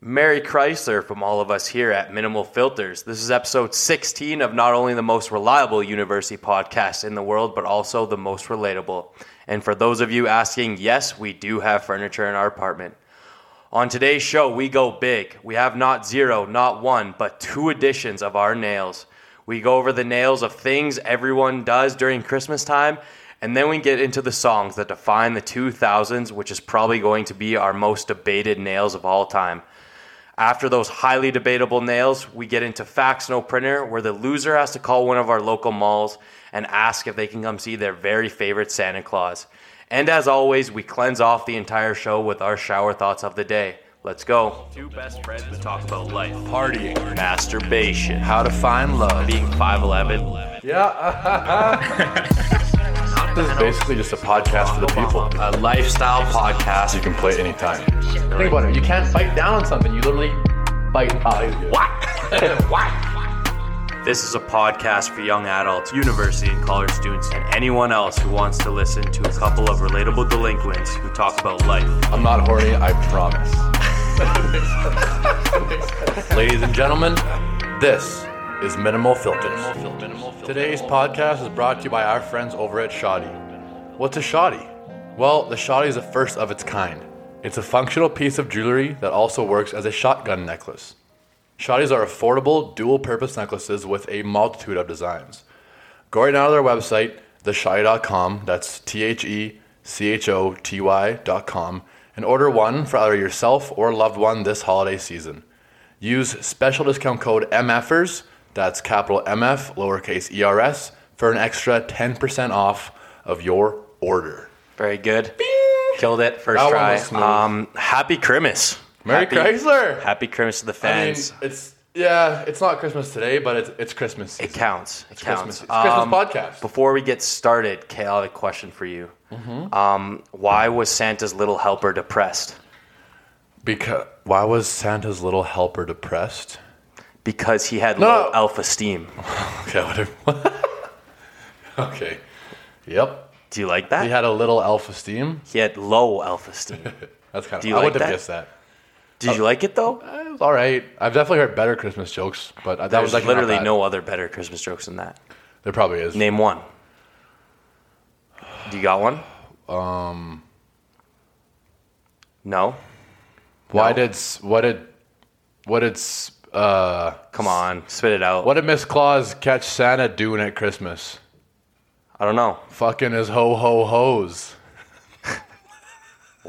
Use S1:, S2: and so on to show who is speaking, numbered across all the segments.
S1: Mary Chrysler from all of us here at Minimal Filters. This is episode 16 of not only the most reliable university podcast in the world, but also the most relatable. And for those of you asking, yes, we do have furniture in our apartment. On today's show, we go big. We have not zero, not one, but two editions of our nails. We go over the nails of things everyone does during Christmas time, and then we get into the songs that define the 2000s, which is probably going to be our most debated nails of all time. After those highly debatable nails, we get into Fax No Printer, where the loser has to call one of our local malls and ask if they can come see their very favorite Santa Claus. And as always, we cleanse off the entire show with our shower thoughts of the day. Let's go. Two best friends that talk about life, partying, masturbation, how to find love, being 5'11.
S2: This is basically just a podcast for the people.
S1: A lifestyle podcast.
S2: You can play anytime.
S3: Think about it. You can't bite down on something. You literally bite high.
S1: This is a podcast for young adults, university and college students, and anyone else who wants to listen to a couple of relatable delinquents who talk about life.
S2: I'm not horny, I promise. Ladies and gentlemen, this is Minimal Filters. Today's podcast is brought to you by our friends over at Shoddy. What's a shoddy? Well, the shoddy is the first of its kind. It's a functional piece of jewelry that also works as a shotgun necklace. Shoddies are affordable, dual purpose necklaces with a multitude of designs. Go right now to their website, theshoddy.com, that's T H E C H O T Y.com, and order one for either yourself or a loved one this holiday season. Use special discount code MFers, that's capital MF, lowercase ERS, for an extra 10% off of your order.
S1: Very good. Killed it first
S2: That one
S1: try.
S2: was smooth.
S1: Um, happy Christmas.
S2: Merry
S1: happy,
S2: Chrysler!
S1: Happy Christmas to the
S2: I mean,
S1: fans.
S2: it's, yeah, it's not Christmas today, but it's, it's Christmas season.
S1: it counts. It counts.
S2: Christmas. It's Christmas
S1: Um,
S2: podcast.
S1: Before we get started, Kay, I have a question for you.
S2: Mm-hmm.
S1: Um, why was Santa's little helper depressed?
S2: Because why was Santa's little helper depressed?
S1: Because he had low alpha esteem.
S2: Okay, whatever. okay. Yep.
S1: Do you like that?
S2: He had a little elf esteem.
S1: He had low alpha esteem.
S2: That's kind of.
S1: Do you
S2: I
S1: like
S2: wouldn't have
S1: that?
S2: guessed that.
S1: Did you like it though?
S2: Eh, It was all right. I've definitely heard better Christmas jokes, but that
S1: There's
S2: was like
S1: literally no other better Christmas jokes than that.
S2: There probably is.
S1: Name one. Do you got one? Um.
S2: Um,
S1: No.
S2: Why
S1: no.
S2: did s- what did what did s- uh
S1: Come on, spit it out.
S2: what did Miss Claus catch Santa doing at Christmas?
S1: I don't know.
S2: Fucking his ho ho hos.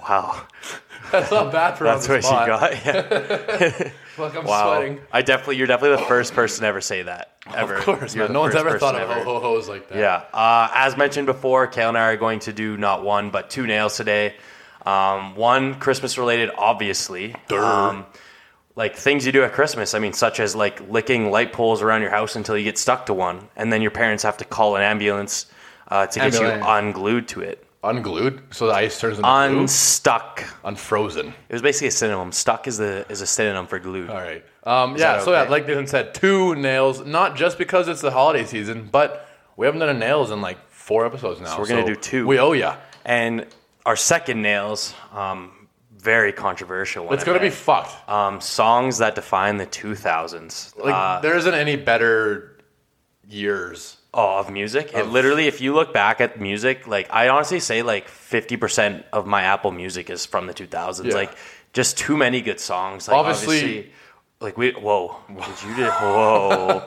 S1: Wow,
S2: That's not bad for
S1: that's
S2: on the
S1: what you
S2: spot.
S1: got. Yeah.
S2: Fuck, I'm
S1: Wow.
S2: sweating.
S1: I definitely, you're definitely the first person to ever say that. Ever.
S2: Of course,
S1: You're
S2: man.
S1: the
S2: No one's
S1: first
S2: ever thought
S1: person
S2: of ho ho hos like that.
S1: Yeah. Uh, as mentioned before, Kale and I are going to do not one, but two nails today. Um, one Christmas related, obviously. Um, like things you do at Christmas. I mean, such as like licking light poles around your house until you get stuck to one, and then your parents have to call an ambulance uh, to get you
S2: Ambulance.
S1: unglued to it.
S2: Unglued, so the ice turns into glue.
S1: Unstuck.
S2: Unfrozen.
S1: It was basically a synonym. Stuck is the is a synonym for glued.
S2: All right. Um, yeah.
S1: that
S2: So yeah,
S1: okay?
S2: like Dylan said, two nails. Not just because it's the holiday season, but we haven't done a nails in like four episodes now. So
S1: we're gonna do two.
S2: We oh, owe ya.
S1: And our second nails, um, very controversial. One
S2: It's gonna be
S1: fun.
S2: fucked.
S1: um, songs that define the 2000s
S2: Like
S1: uh,
S2: there isn't any better years.
S1: oh, of music. It literally, if you look back at music, like I honestly say, like 50% of my Apple Music is from the 2000s.
S2: Yeah.
S1: Like just too many good songs. Like,
S2: Obviously-
S1: like we whoa, did you did whoa,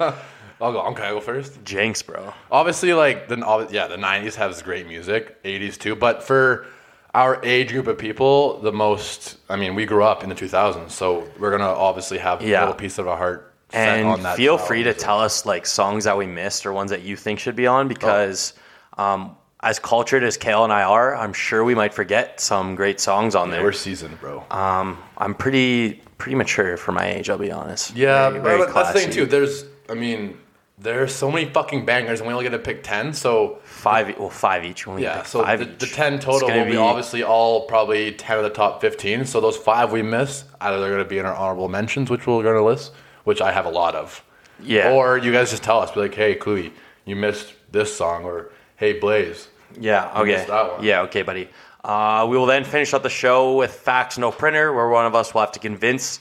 S2: I'll go. Okay, I go first.
S1: jinx, bro.
S2: Obviously, like the ob- yeah, the '90s has great music, '80s too. But for our age group of people, the most. I mean, we grew up in the 2000s, so we're gonna obviously have
S1: Yeah.
S2: a little piece of our heart. set on
S1: And
S2: that
S1: feel
S2: style
S1: free
S2: of
S1: to
S2: music.
S1: tell us like songs that we missed or ones that you think should be on because um, as cultured as Kale and I are, I'm sure we might forget some great songs on there.
S2: We're seasoned, bro.
S1: I'm pretty pretty mature for my age. I'll be honest.
S2: Yeah,
S1: Very-
S2: but-
S1: very
S2: but that's the thing
S1: classy.
S2: too. There's, I mean, there's so many fucking bangers, and we only get to pick ten. So
S1: Five, well, five each. We only
S2: yeah,
S1: pick
S2: so
S1: five
S2: the,
S1: each.
S2: the ten
S1: It's
S2: total
S1: gonna
S2: will be, obviously all probably ten of the top fifteen. So those five we miss, either they're gonna be in our honorable mentions, which we're gonna list, which I have a lot of.
S1: Yeah.
S2: Or you guys just tell us, be like, hey, Cluey, you missed this song, or hey, Blaze.
S1: Yeah. Okay.
S2: missed that one.
S1: Yeah. Okay, buddy. Uh, we will then finish up the show with facts, no printer, where one of us will have to convince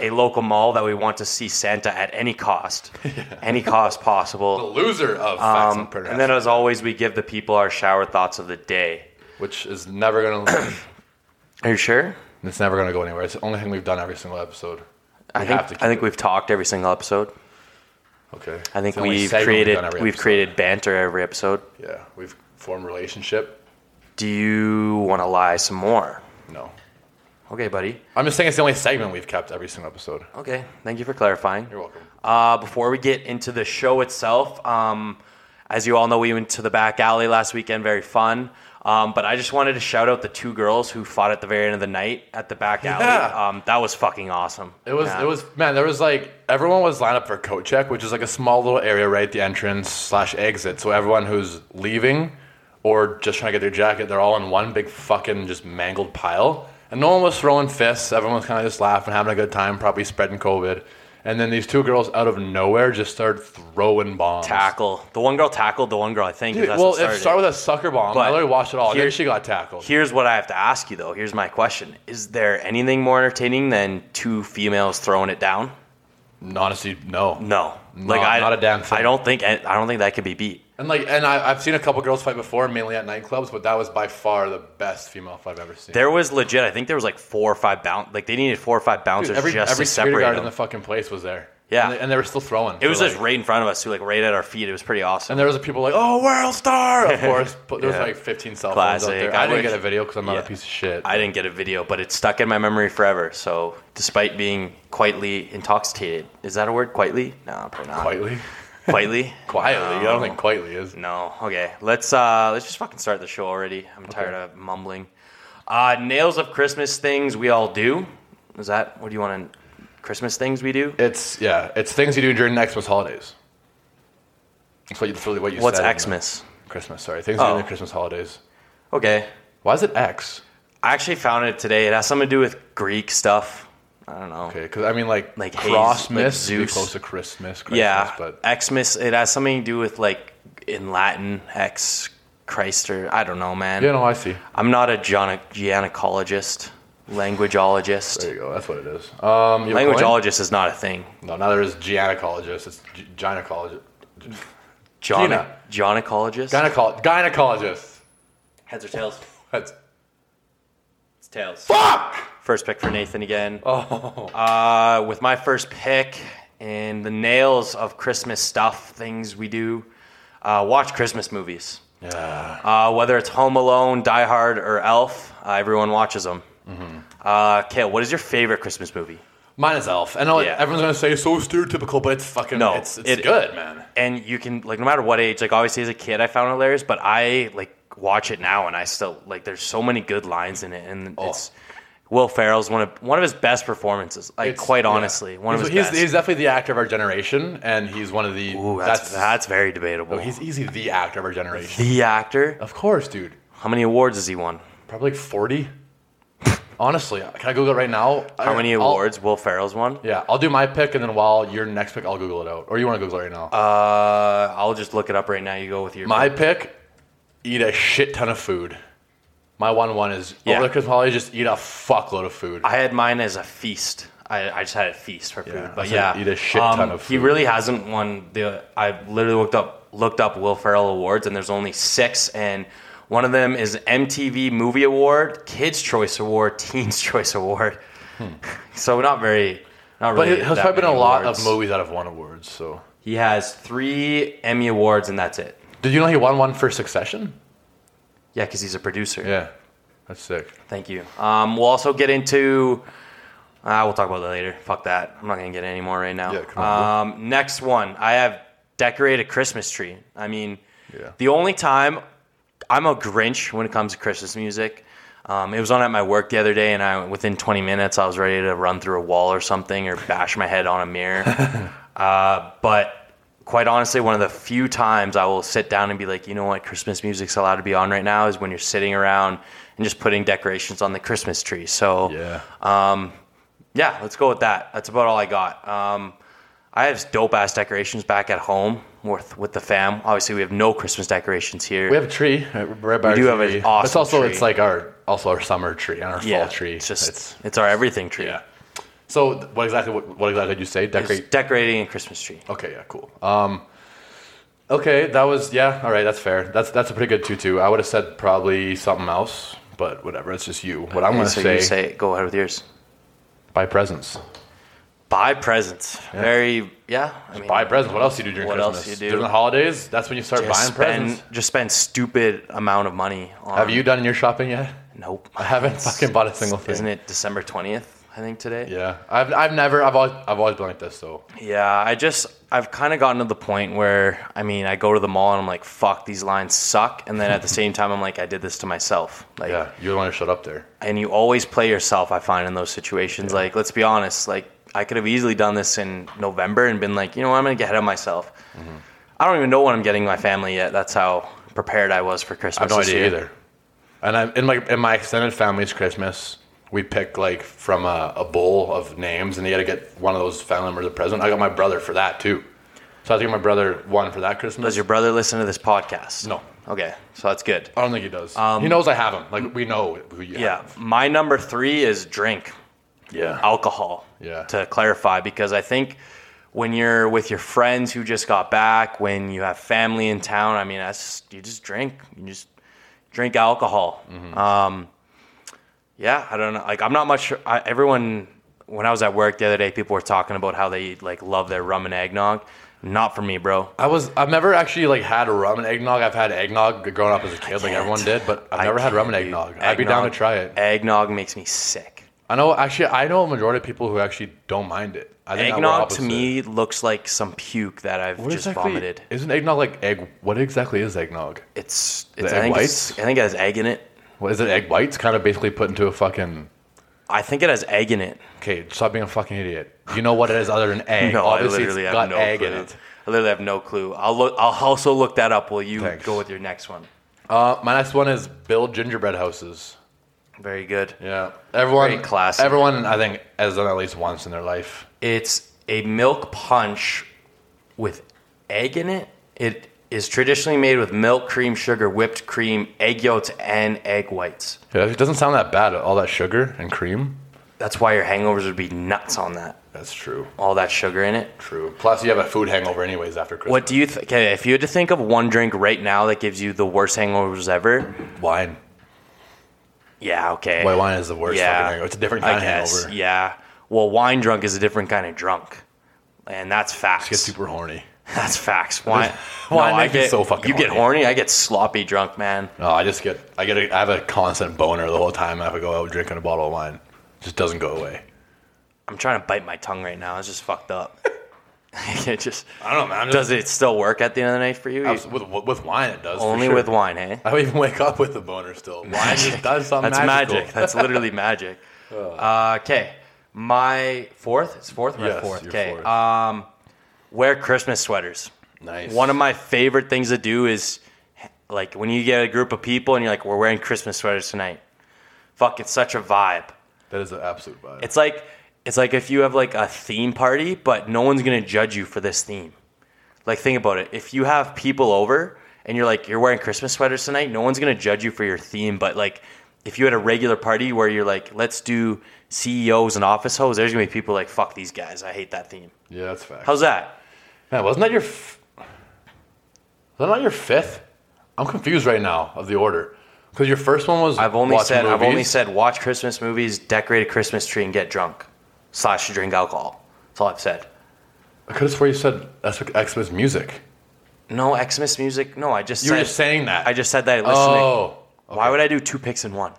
S1: a local mall that we want to see Santa at any cost, any cost
S2: The
S1: possible.
S2: loser of Facts
S1: Um,
S2: and
S1: and then,
S2: Progress,
S1: as always, we give the people our shower thoughts of the day.
S2: which is never going to
S1: Are you sure?
S2: it's never going to go anywhere. It's the only thing we've done every single episode.
S1: I
S2: We
S1: think
S2: have to
S1: I think
S2: keep
S1: we've talked every single episode.
S2: it. Okay.
S1: I
S2: It's
S1: think
S2: the only
S1: we've
S2: segment
S1: created
S2: done every
S1: we've
S2: episode.
S1: created banter every episode.
S2: Yeah, we've formed relationship.
S1: Do you want to lie some more?
S2: No.
S1: Okay, buddy.
S2: I'm just saying it's the only segment we've kept every single episode.
S1: Okay, thank you for clarifying.
S2: You're welcome.
S1: Uh, before we get into the show itself, um, as you all know, we went to the back alley last weekend. Very fun. Um, but I just wanted to shout out the two girls who fought at the very end of the night at the back alley.
S2: Yeah.
S1: Um, that was fucking awesome.
S2: It was
S1: Yeah.
S2: it was man, there was like everyone was lined up for coat check, which is like a small little area right at the entrance slash exit. So everyone who's leaving or just trying to get their jacket, they're all in one big fucking just mangled pile. And no one was throwing fists. Everyone was kind of just laughing, having a good time, probably spreading COVID. And then these two girls out of nowhere just started throwing bombs.
S1: tackle. The one girl tackled the one girl. I think. 'cause
S2: Dude,
S1: that's
S2: well,
S1: what
S2: it
S1: started.
S2: started with a sucker bomb.
S1: But
S2: I literally watched it all. and
S1: here-
S2: then she got tackled.
S1: Here's what I have to ask you though. Here's my question: Is there anything more entertaining than two females throwing it down?
S2: Honestly, no.
S1: No,
S2: Not- not a damn thing.
S1: I don't think I don't think that could be beat.
S2: And like, and I, I've seen a couple girls fight before, mainly at nightclubs, but that was by far the best female fight I've ever seen.
S1: There was legit. I think there was like four or five bounce. Like they needed four or five bouncers
S2: Dude, every
S1: just
S2: every
S1: to
S2: security
S1: separate
S2: guard
S1: them.
S2: in the fucking place was there.
S1: Yeah.
S2: and they, and they were still throwing.
S1: it was
S2: like,
S1: just right in front of us, too, like right at our feet. It was pretty awesome.
S2: and there was people like, "Oh, world star!" Of course, but there was
S1: Yeah.
S2: like 15 cell phones out
S1: Classic.
S2: there.
S1: I
S2: I, didn't
S1: would-
S2: get a video because I'm not
S1: Yeah.
S2: a piece of shit.
S1: I didn't get a video, but it stuck in my memory forever. So, despite being quietly intoxicated, is that a word? Quietly? No, probably not.
S2: quietly,
S1: Quietly?
S2: quietly. I
S1: No.
S2: don't think quietly is.
S1: No. Okay. Let's uh let's just fucking start the show already. I'm tired of mumbling. Uh nails of Christmas things we all do. Is that what do you want to Christmas things we do?
S2: It's yeah, it's things you do during the Xmas holidays. That's what you, that's really what you
S1: What's
S2: said. in the-
S1: Xmas?
S2: Christmas. Sorry, things you do
S1: Oh.
S2: during the Christmas holidays.
S1: Okay.
S2: Why is it X?
S1: I actually found it today. It has something to do with Greek stuff. I don't know.
S2: Okay, because I mean, like,
S1: Like
S2: like
S1: haze,
S2: Crossmas,
S1: like
S2: would be
S1: Zeus.
S2: close to Christmas, Christmas
S1: Yeah.
S2: but
S1: Xmas. It has something to do with like in Latin ex Christ or I don't know, man.
S2: yeah, no, I see.
S1: I'm not a gyne- gynecologist, languageologist.
S2: There you go. That's what it is. Um, you have a coin?
S1: Languageologist is not a thing.
S2: No, now there is gynecologist. It's g- gynecologist.
S1: Gyne-
S2: Gina.
S1: gynecologist.
S2: Gynecol- gynecologist.
S1: Heads or tails?
S2: That's
S1: It's tails.
S2: fuck.
S1: First pick for Nathan again. Oh. Uh, with my first pick and the nails of Christmas stuff, things we do, uh, watch Christmas movies.
S2: Yeah.
S1: Uh, whether it's Home Alone, Die Hard, or Elf, uh, everyone watches them.
S2: Mm-hmm.
S1: Uh, Kale, what is your favorite Christmas movie?
S2: Mine is Elf. I know
S1: Yeah.
S2: everyone's gonna say it's so stereotypical, but it's fucking
S1: No,
S2: It's, it's
S1: it-
S2: good, man.
S1: And you can like no matter what age, like obviously as a kid I found it hilarious, but I like watch it now and I still like there's so many good lines in it and
S2: Oh.
S1: it's Will Ferrell's one of one of his best performances. Like
S2: It's-
S1: quite
S2: yeah.
S1: honestly, one
S2: he's,
S1: of his
S2: he's,
S1: best.
S2: he's definitely the actor of our generation, and he's one of the.
S1: Ooh, that's, that's very debatable.
S2: Oh, He's easily the actor of our generation.
S1: the actor.
S2: Of course, dude.
S1: How many awards has he won?
S2: Probably like forty. Honestly, can I Google it right now?
S1: How many
S2: Uh, I'll-
S1: awards Will Ferrell's won?
S2: Yeah, I'll do my pick, and then while your next pick, I'll Google it out. Or you want to Google it right now?
S1: Uh, I'll just look it up right now. You go with your
S2: my pick: eat a shit ton of food. My one one is
S1: Yeah.
S2: over the Christmas holidays, just eat a fuckload of food.
S1: I had mine as a feast. I, I just had a feast for food.
S2: Yeah,
S1: but
S2: so
S1: yeah, Um,
S2: eat a shit ton of
S1: He
S2: food.
S1: really hasn't won the. I literally looked up looked up Will Ferrell awards, and there's only six, and one of them is MTV Movie Award, Kids Choice Award, Teens Choice Award. So not very, not
S2: Hmm. but
S1: really.
S2: it has
S1: that
S2: probably been a
S1: many
S2: lot
S1: awards.
S2: of movies that have won awards. So,
S1: He has three Emmy awards, and that's it.
S2: did you know he won one for Succession?
S1: Yeah, because he's a producer.
S2: Yeah, that's sick.
S1: Thank you. Um, we'll also get into. Uh, we'll talk about that later. Fuck that. I'm not gonna get any more right now.
S2: Yeah, come on,
S1: um, next one. I have decorate a Christmas tree. I mean,
S2: Yeah.
S1: the only time I'm a Grinch when it comes to Christmas music. Um, it was on at my work the other day, and I within 20 minutes I was ready to run through a wall or something or bash my head on a mirror. uh, but quite honestly, one of the few times I will sit down and be like, you know what, Christmas music's allowed to be on right now is when you're sitting around and just putting decorations on the Christmas tree. So
S2: Yeah,
S1: um, yeah, let's go with that. That's about all I got. Um, I have dope ass decorations back at home with with the fam. Obviously, we have no Christmas decorations here.
S2: we have a tree right, right by.
S1: We
S2: our
S1: do have
S2: TV.
S1: an awesome
S2: It's also
S1: tree.
S2: it's like our also our summer tree and our
S1: yeah,
S2: fall tree.
S1: It's just
S2: It's-
S1: it's our everything tree.
S2: yeah. So th- what exactly what, what exactly did you say?
S1: It's
S2: Decorate.
S1: decorating a Christmas tree.
S2: Okay, yeah, cool. Um, okay, that was yeah. All right, that's fair. That's that's a pretty good tutu. I would have said probably something else, but whatever. It's just you. What I'm
S1: Okay,
S2: gonna
S1: so
S2: say,
S1: you say it. Go ahead with yours.
S2: buy presents.
S1: Buy presents. Very yeah. I mean,
S2: Buy presents. What else do you do during
S1: What else
S2: Christmas?
S1: you do?
S2: During the holidays, that's when you start
S1: just
S2: buying
S1: spend
S2: presents.
S1: just spend stupid amount of money. on...
S2: Have you done your shopping yet?
S1: Nope.
S2: I haven't fucking bought a single thing.
S1: Isn't it December twentieth? I think today.
S2: Yeah, I've, I've never I've always I've always been like this though.
S1: Yeah, I just I've kind of gotten to the point where I mean, I go to the mall and I'm like, fuck, these lines suck, and then at the same time, I'm like, I did this to myself. Like,
S2: Yeah, you're the one who showed up there.
S1: and you always play yourself. I find in those situations, like, let's be honest, like I could have easily done this in November and been like, you know, what, I'm gonna get ahead of myself.
S2: Mm-hmm.
S1: I don't even know what I'm getting my family yet. That's how prepared I was for Christmas.
S2: I have no
S1: this
S2: idea
S1: year.
S2: either. And I'm in my in my extended family's Christmas, we pick like from a, a bowl of names, and you got to get one of those family members a present. I got my brother for that too, so I think my brother one for that Christmas.
S1: Does your brother listen to this podcast?
S2: No.
S1: Okay, so that's good.
S2: I don't think he does. he knows I have him. Like we know who you
S1: Um, Yeah,
S2: have.
S1: my number three is drink.
S2: Yeah.
S1: alcohol.
S2: Yeah.
S1: To clarify, because I think when you're with your friends who just got back, when you have family in town, I mean, that's just, you just drink, you just drink alcohol.
S2: Mm-hmm.
S1: Um, yeah, I don't know. Like, I'm not much. I, everyone, when I was at work the other day, people were talking about how they like love their rum and eggnog. Not for me, bro.
S2: I was. I've never actually like had rum and eggnog. I've had eggnog growing up as a kid, like everyone did, but I've
S1: I
S2: never had rum and
S1: can't, dude.
S2: eggnog. I'd be down to
S1: Eggnog-
S2: try it.
S1: Eggnog makes me sick.
S2: I know. Actually, I know a majority of people who actually don't mind it. I think that we're
S1: Eggnog to
S2: opposite.
S1: me looks like some puke that I've
S2: What
S1: just
S2: exactly-
S1: vomited.
S2: Isn't eggnog like egg? What exactly is eggnog?
S1: It's, it's
S2: egg
S1: I think
S2: whites?
S1: It's, I think it has egg in it.
S2: What is it? Egg whites, kind of basically put into a fucking.
S1: I think it has egg in it.
S2: Okay, stop being a fucking idiot. You know what it is other than egg?
S1: No,
S2: Obviously,
S1: I literally
S2: it's
S1: have no
S2: got egg
S1: clue.
S2: in it.
S1: I literally have no clue. I'll look. I'll also look that up while you
S2: Thanks.
S1: go with your next one.
S2: Uh, my next one is build gingerbread houses.
S1: Very good.
S2: Yeah, everyone.
S1: Very classic.
S2: Everyone, I think, has done at least once in their life.
S1: It's a milk punch with egg in it. It is traditionally made with milk, cream, sugar, whipped cream, egg yolks, and egg whites.
S2: Yeah, it doesn't sound that bad. All that sugar and cream.
S1: That's why your hangovers would be nuts on that.
S2: That's true.
S1: All that sugar in it.
S2: True. Plus, you have a food hangover anyways after Christmas.
S1: What do you think? Okay, if you had to think of one drink right now that gives you the worst hangovers ever,
S2: Wine.
S1: yeah, okay.
S2: White wine is the worst fucking hangover. It's a different
S1: I
S2: kind of
S1: guess,
S2: hangover.
S1: Yeah. Well, wine drunk is a different kind of drunk. And that's facts.
S2: Get super horny.
S1: that's facts. Wine,
S2: Wine
S1: I
S2: makes me
S1: get,
S2: so fucking
S1: You get
S2: horny.
S1: horny, I get sloppy drunk, man.
S2: No, I just get I get a, I have a constant boner the whole time if I go out drinking a bottle of wine. It just doesn't go away.
S1: I'm trying to bite my tongue right now. It's just fucked up. it just
S2: I don't know, man. I'm
S1: does
S2: just,
S1: it still work at the end of the night for you? You-
S2: Abs- with, with wine it does. for
S1: only
S2: sure.
S1: with wine, hey?
S2: I don't even wake up with a boner still. Wine just does something.
S1: That's
S2: magical. Uh,
S1: magic. That's literally magic. Uh, Okay. My fourth? It's fourth? My
S2: Yes,
S1: fourth.
S2: your
S1: Okay.
S2: fourth.
S1: Um, wear Christmas sweaters.
S2: Nice.
S1: One of my favorite things to do is like when you get a group of people and you're like, we're wearing Christmas sweaters tonight. Fuck, it's such a vibe.
S2: that is an absolute vibe.
S1: It's like it's like if you have like a theme party, but no one's gonna judge you for this theme. Like think about it. If you have people over and you're like you're wearing Christmas sweaters tonight, no one's gonna judge you for your theme. But like if you had a regular party where you're like, let's do CEOs and office hoes, there's gonna be people like, fuck these guys, I hate that theme.
S2: yeah, that's fact.
S1: How's that?
S2: man? Wasn't that your? F- was that not your fifth? I'm confused right now of the order because your first one was
S1: I've only
S2: watch
S1: said I've only
S2: movies.
S1: said watch Christmas movies, decorate a Christmas tree, and get drunk slash drink alcohol. That's all I've said.
S2: I could have sworn you said that's what Xmas music.
S1: No Xmas music. No, I just
S2: You
S1: said,
S2: were just saying that.
S1: I just said that. Listening.
S2: Oh,
S1: Why would I do two picks in one?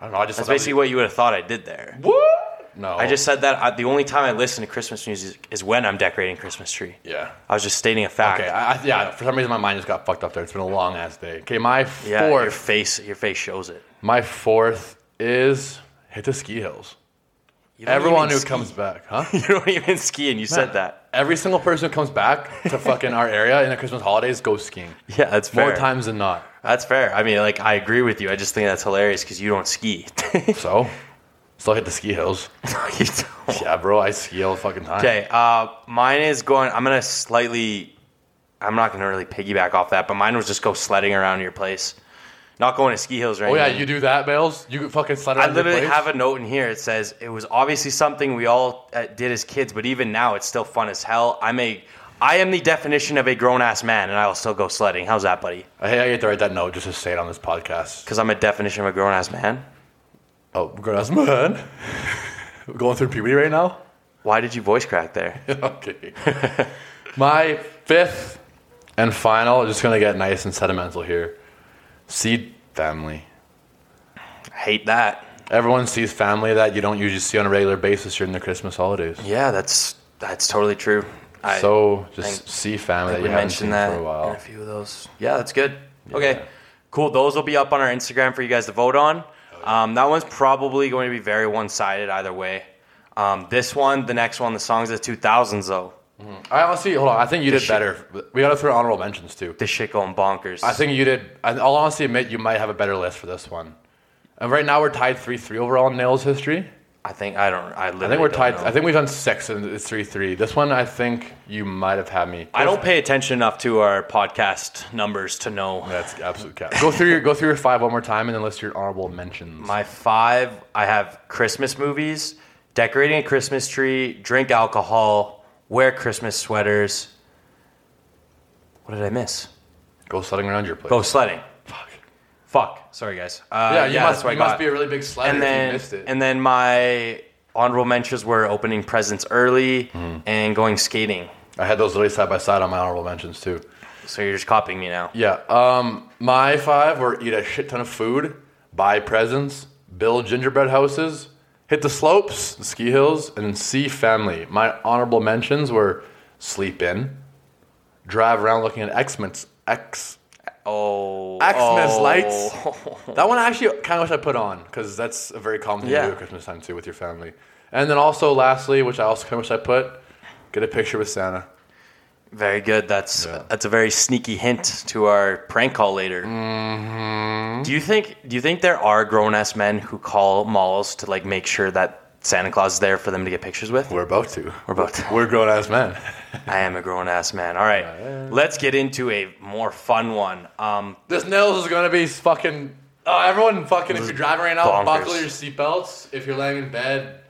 S2: I don't know. I just
S1: That's
S2: thought that was-
S1: basically what you would have thought I did there.
S2: What? No.
S1: I just said that I, the only time I listen to Christmas music is when I'm decorating Christmas tree.
S2: Yeah.
S1: I was just stating a fact.
S2: Okay. I, I, yeah. For some reason, my mind just got fucked up there. It's been a long ass day. Okay. My fourth.
S1: yeah, your face, your face shows it.
S2: My fourth is hit the ski hills.
S1: You don't
S2: Everyone
S1: even
S2: who
S1: ski.
S2: comes back, huh?
S1: you don't even ski, and you said that.
S2: Every single person who comes back to fucking our area in the Christmas holidays goes skiing
S1: Yeah, that's fair.
S2: more times than not.
S1: That's fair. I mean, like I agree with you. I just think that's hilarious because you don't ski.
S2: So, still hit the ski hills.
S1: No, you don't.
S2: Yeah, bro. I ski all the fucking time.
S1: Okay, uh, mine is going. I'm gonna slightly. I'm not gonna really piggyback off that, but mine was just go sledding around your place. Not going to ski hills right
S2: Oh
S1: now.
S2: yeah, you do that, Bales. You fucking slide
S1: I
S2: around your
S1: literally
S2: place?
S1: have a note in here. It says it was obviously something we all uh, did as kids, but even now it's still fun as hell. I'm a, I am the definition of a grown ass man, and I will still go sledding. How's that, buddy?
S2: Hey, I get to write that note just to say it on this podcast.
S1: Because I'm a definition of a grown ass man.
S2: Oh, grown ass man. We're going through puberty right now?
S1: Why did you voice crack there?
S2: okay. My fifth and final, just gonna get nice and sentimental here. Seed family.
S1: I hate that.
S2: Everyone sees family that you don't usually see on a regular basis during the Christmas holidays.
S1: Yeah, that's that's totally true. I,
S2: so just
S1: think-
S2: see family that
S1: we
S2: you haven't seen
S1: mentioned that
S2: for a
S1: in a
S2: while.
S1: few of those. Yeah, that's good. Okay, cool. Those will be up on our Instagram for you guys to vote on.
S2: Oh,
S1: Um, that one's probably going to be very one-sided either way. Um, this one, the next one, the songs of the 2000s though.
S2: I honestly, hold on. I think you did
S1: shit-
S2: better. We gotta throw honorable mentions too.
S1: This shit going bonkers.
S2: I think you did. I- I'll honestly admit you might have a better list for this one. And right now we're tied three three overall in Nails history.
S1: I think I don't. I,
S2: I
S1: literally
S2: think we're
S1: don't
S2: tied.
S1: know.
S2: I think we've done six and it's three three. This one I think you might have had me.
S1: I don't pay attention enough to our podcast numbers to know.
S2: That's absolute cap. Go through your go through your five one more time and then list your honorable mentions.
S1: My five, I have Christmas movies, decorating a Christmas tree, drink alcohol, wear Christmas sweaters. What did I miss?
S2: go sledding around your place.
S1: Go sledding.
S2: Fuck.
S1: Fuck. Sorry, guys. Uh,
S2: Yeah, you must.
S1: that's what I
S2: You must
S1: got.
S2: be a really big slider
S1: and
S2: if you
S1: then,
S2: missed it.
S1: and then my honorable mentions were opening presents early
S2: Mm-hmm.
S1: and going skating.
S2: I had those literally side by side on my honorable mentions too.
S1: So you're just copying me now.
S2: Yeah. Um, my five were eat a shit ton of food, buy presents, build gingerbread houses, hit the slopes, the ski hills, and see family. My honorable mentions were sleep in, drive around looking at X-Men's X.
S1: Oh,
S2: Xmas
S1: oh.
S2: lights. That one I actually kind of wish I put on because that's a very common thing to
S1: Yeah.
S2: do at Christmas time too with your family. And then also lastly, which I also kind of wish I put, get a picture with Santa.
S1: Very good. That's
S2: Yeah.
S1: that's a very sneaky hint to our prank call later.
S2: Mm-hmm.
S1: Do you think do you think there are grown ass men who call malls to like make sure that Santa Claus is there for them to get pictures with?
S2: We're about to.
S1: We're about to.
S2: We're grown ass men.
S1: I am a grown ass man. All right, let's get into a more fun one. Um,
S2: This nails is gonna be fucking. Oh, everyone, fucking! If you're driving right now,
S1: bonkers.
S2: buckle your seatbelts. If you're laying in bed,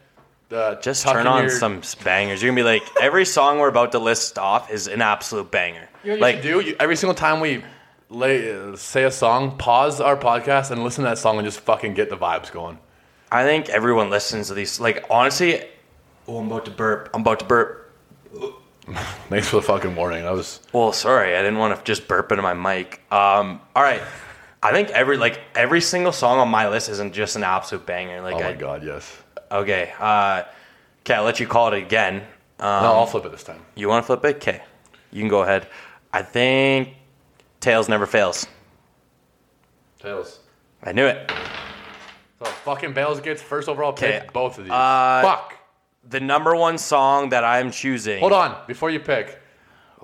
S2: uh,
S1: just
S2: tuck
S1: turn
S2: in
S1: on
S2: your-
S1: some bangers. You're gonna be like, every song we're about to list off is an absolute banger.
S2: You know what you
S1: like,
S2: should do You- every single time we lay, uh, say a song, pause our podcast and listen to that song and just fucking get the vibes going.
S1: I think everyone listens to these. Like, honestly, oh, I'm about to burp. I'm about to burp.
S2: Thanks for the fucking warning. I was
S1: Well, sorry, I didn't want to just burp into my mic. Um, all right, I think every like every single song on my list isn't just an absolute banger. Like,
S2: oh my
S1: I,
S2: god, yes.
S1: okay, uh, okay, I'll let you call it again. Um,
S2: no, I'll flip it this time.
S1: You want to flip it? Okay, you can go ahead. I think tails never fails.
S2: Tails.
S1: I knew it.
S2: So fucking Bales gets first overall pick.
S1: 'Kay.
S2: Both of these.
S1: Uh,
S2: Fuck.
S1: The number one song that I'm choosing.
S2: Hold on, before you pick.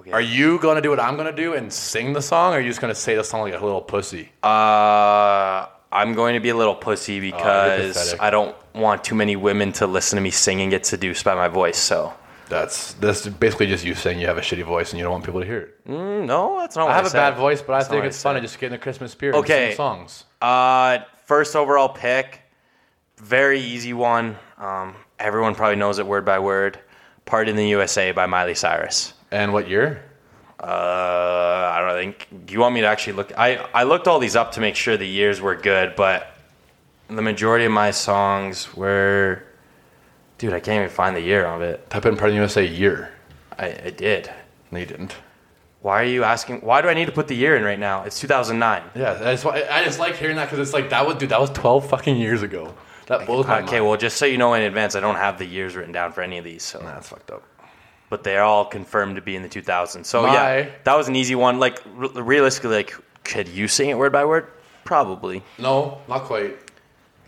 S1: Okay.
S2: Are you gonna do what I'm gonna do and sing the song, or are you just gonna say the song like a little pussy?
S1: Uh, I'm going to be a little pussy because
S2: pathetic.
S1: I don't want too many women to listen to me sing and get seduced by my voice. So.
S2: That's that's basically just you saying you have a shitty voice and you don't want people to hear it.
S1: Mm, No, that's not.
S2: I
S1: what
S2: have a
S1: said.
S2: bad voice, but I
S1: That's not
S2: think
S1: what
S2: it's
S1: said.
S2: fun to just get in the Christmas spirit
S1: Okay.
S2: and sing songs.
S1: Uh, first overall pick, very easy one. Um, everyone probably knows it word by word. "Part in the USA" by Miley Cyrus.
S2: And what year?
S1: Uh, I don't think. Do you want me to actually look? I I looked all these up to make sure the years were good, but the majority of my songs were. Dude, I can't even find the year of it.
S2: Type in Part of the USA year.
S1: I, I did.
S2: No, you didn't.
S1: Why are you asking? Why do I need to put the year in right now? It's 2009.
S2: Yeah, that's why I just like hearing that because it's like that was dude, that was twelve fucking years ago. That blows my
S1: Okay,
S2: mind.
S1: well, just so you know in advance, I don't have the years written down for any of these. So.
S2: Nah, that's fucked up.
S1: but they're all confirmed to be in the 2000s. So yeah,
S2: My-
S1: that was an easy one. Like re- realistically, like could you sing it word by word? Probably.
S2: No, not quite.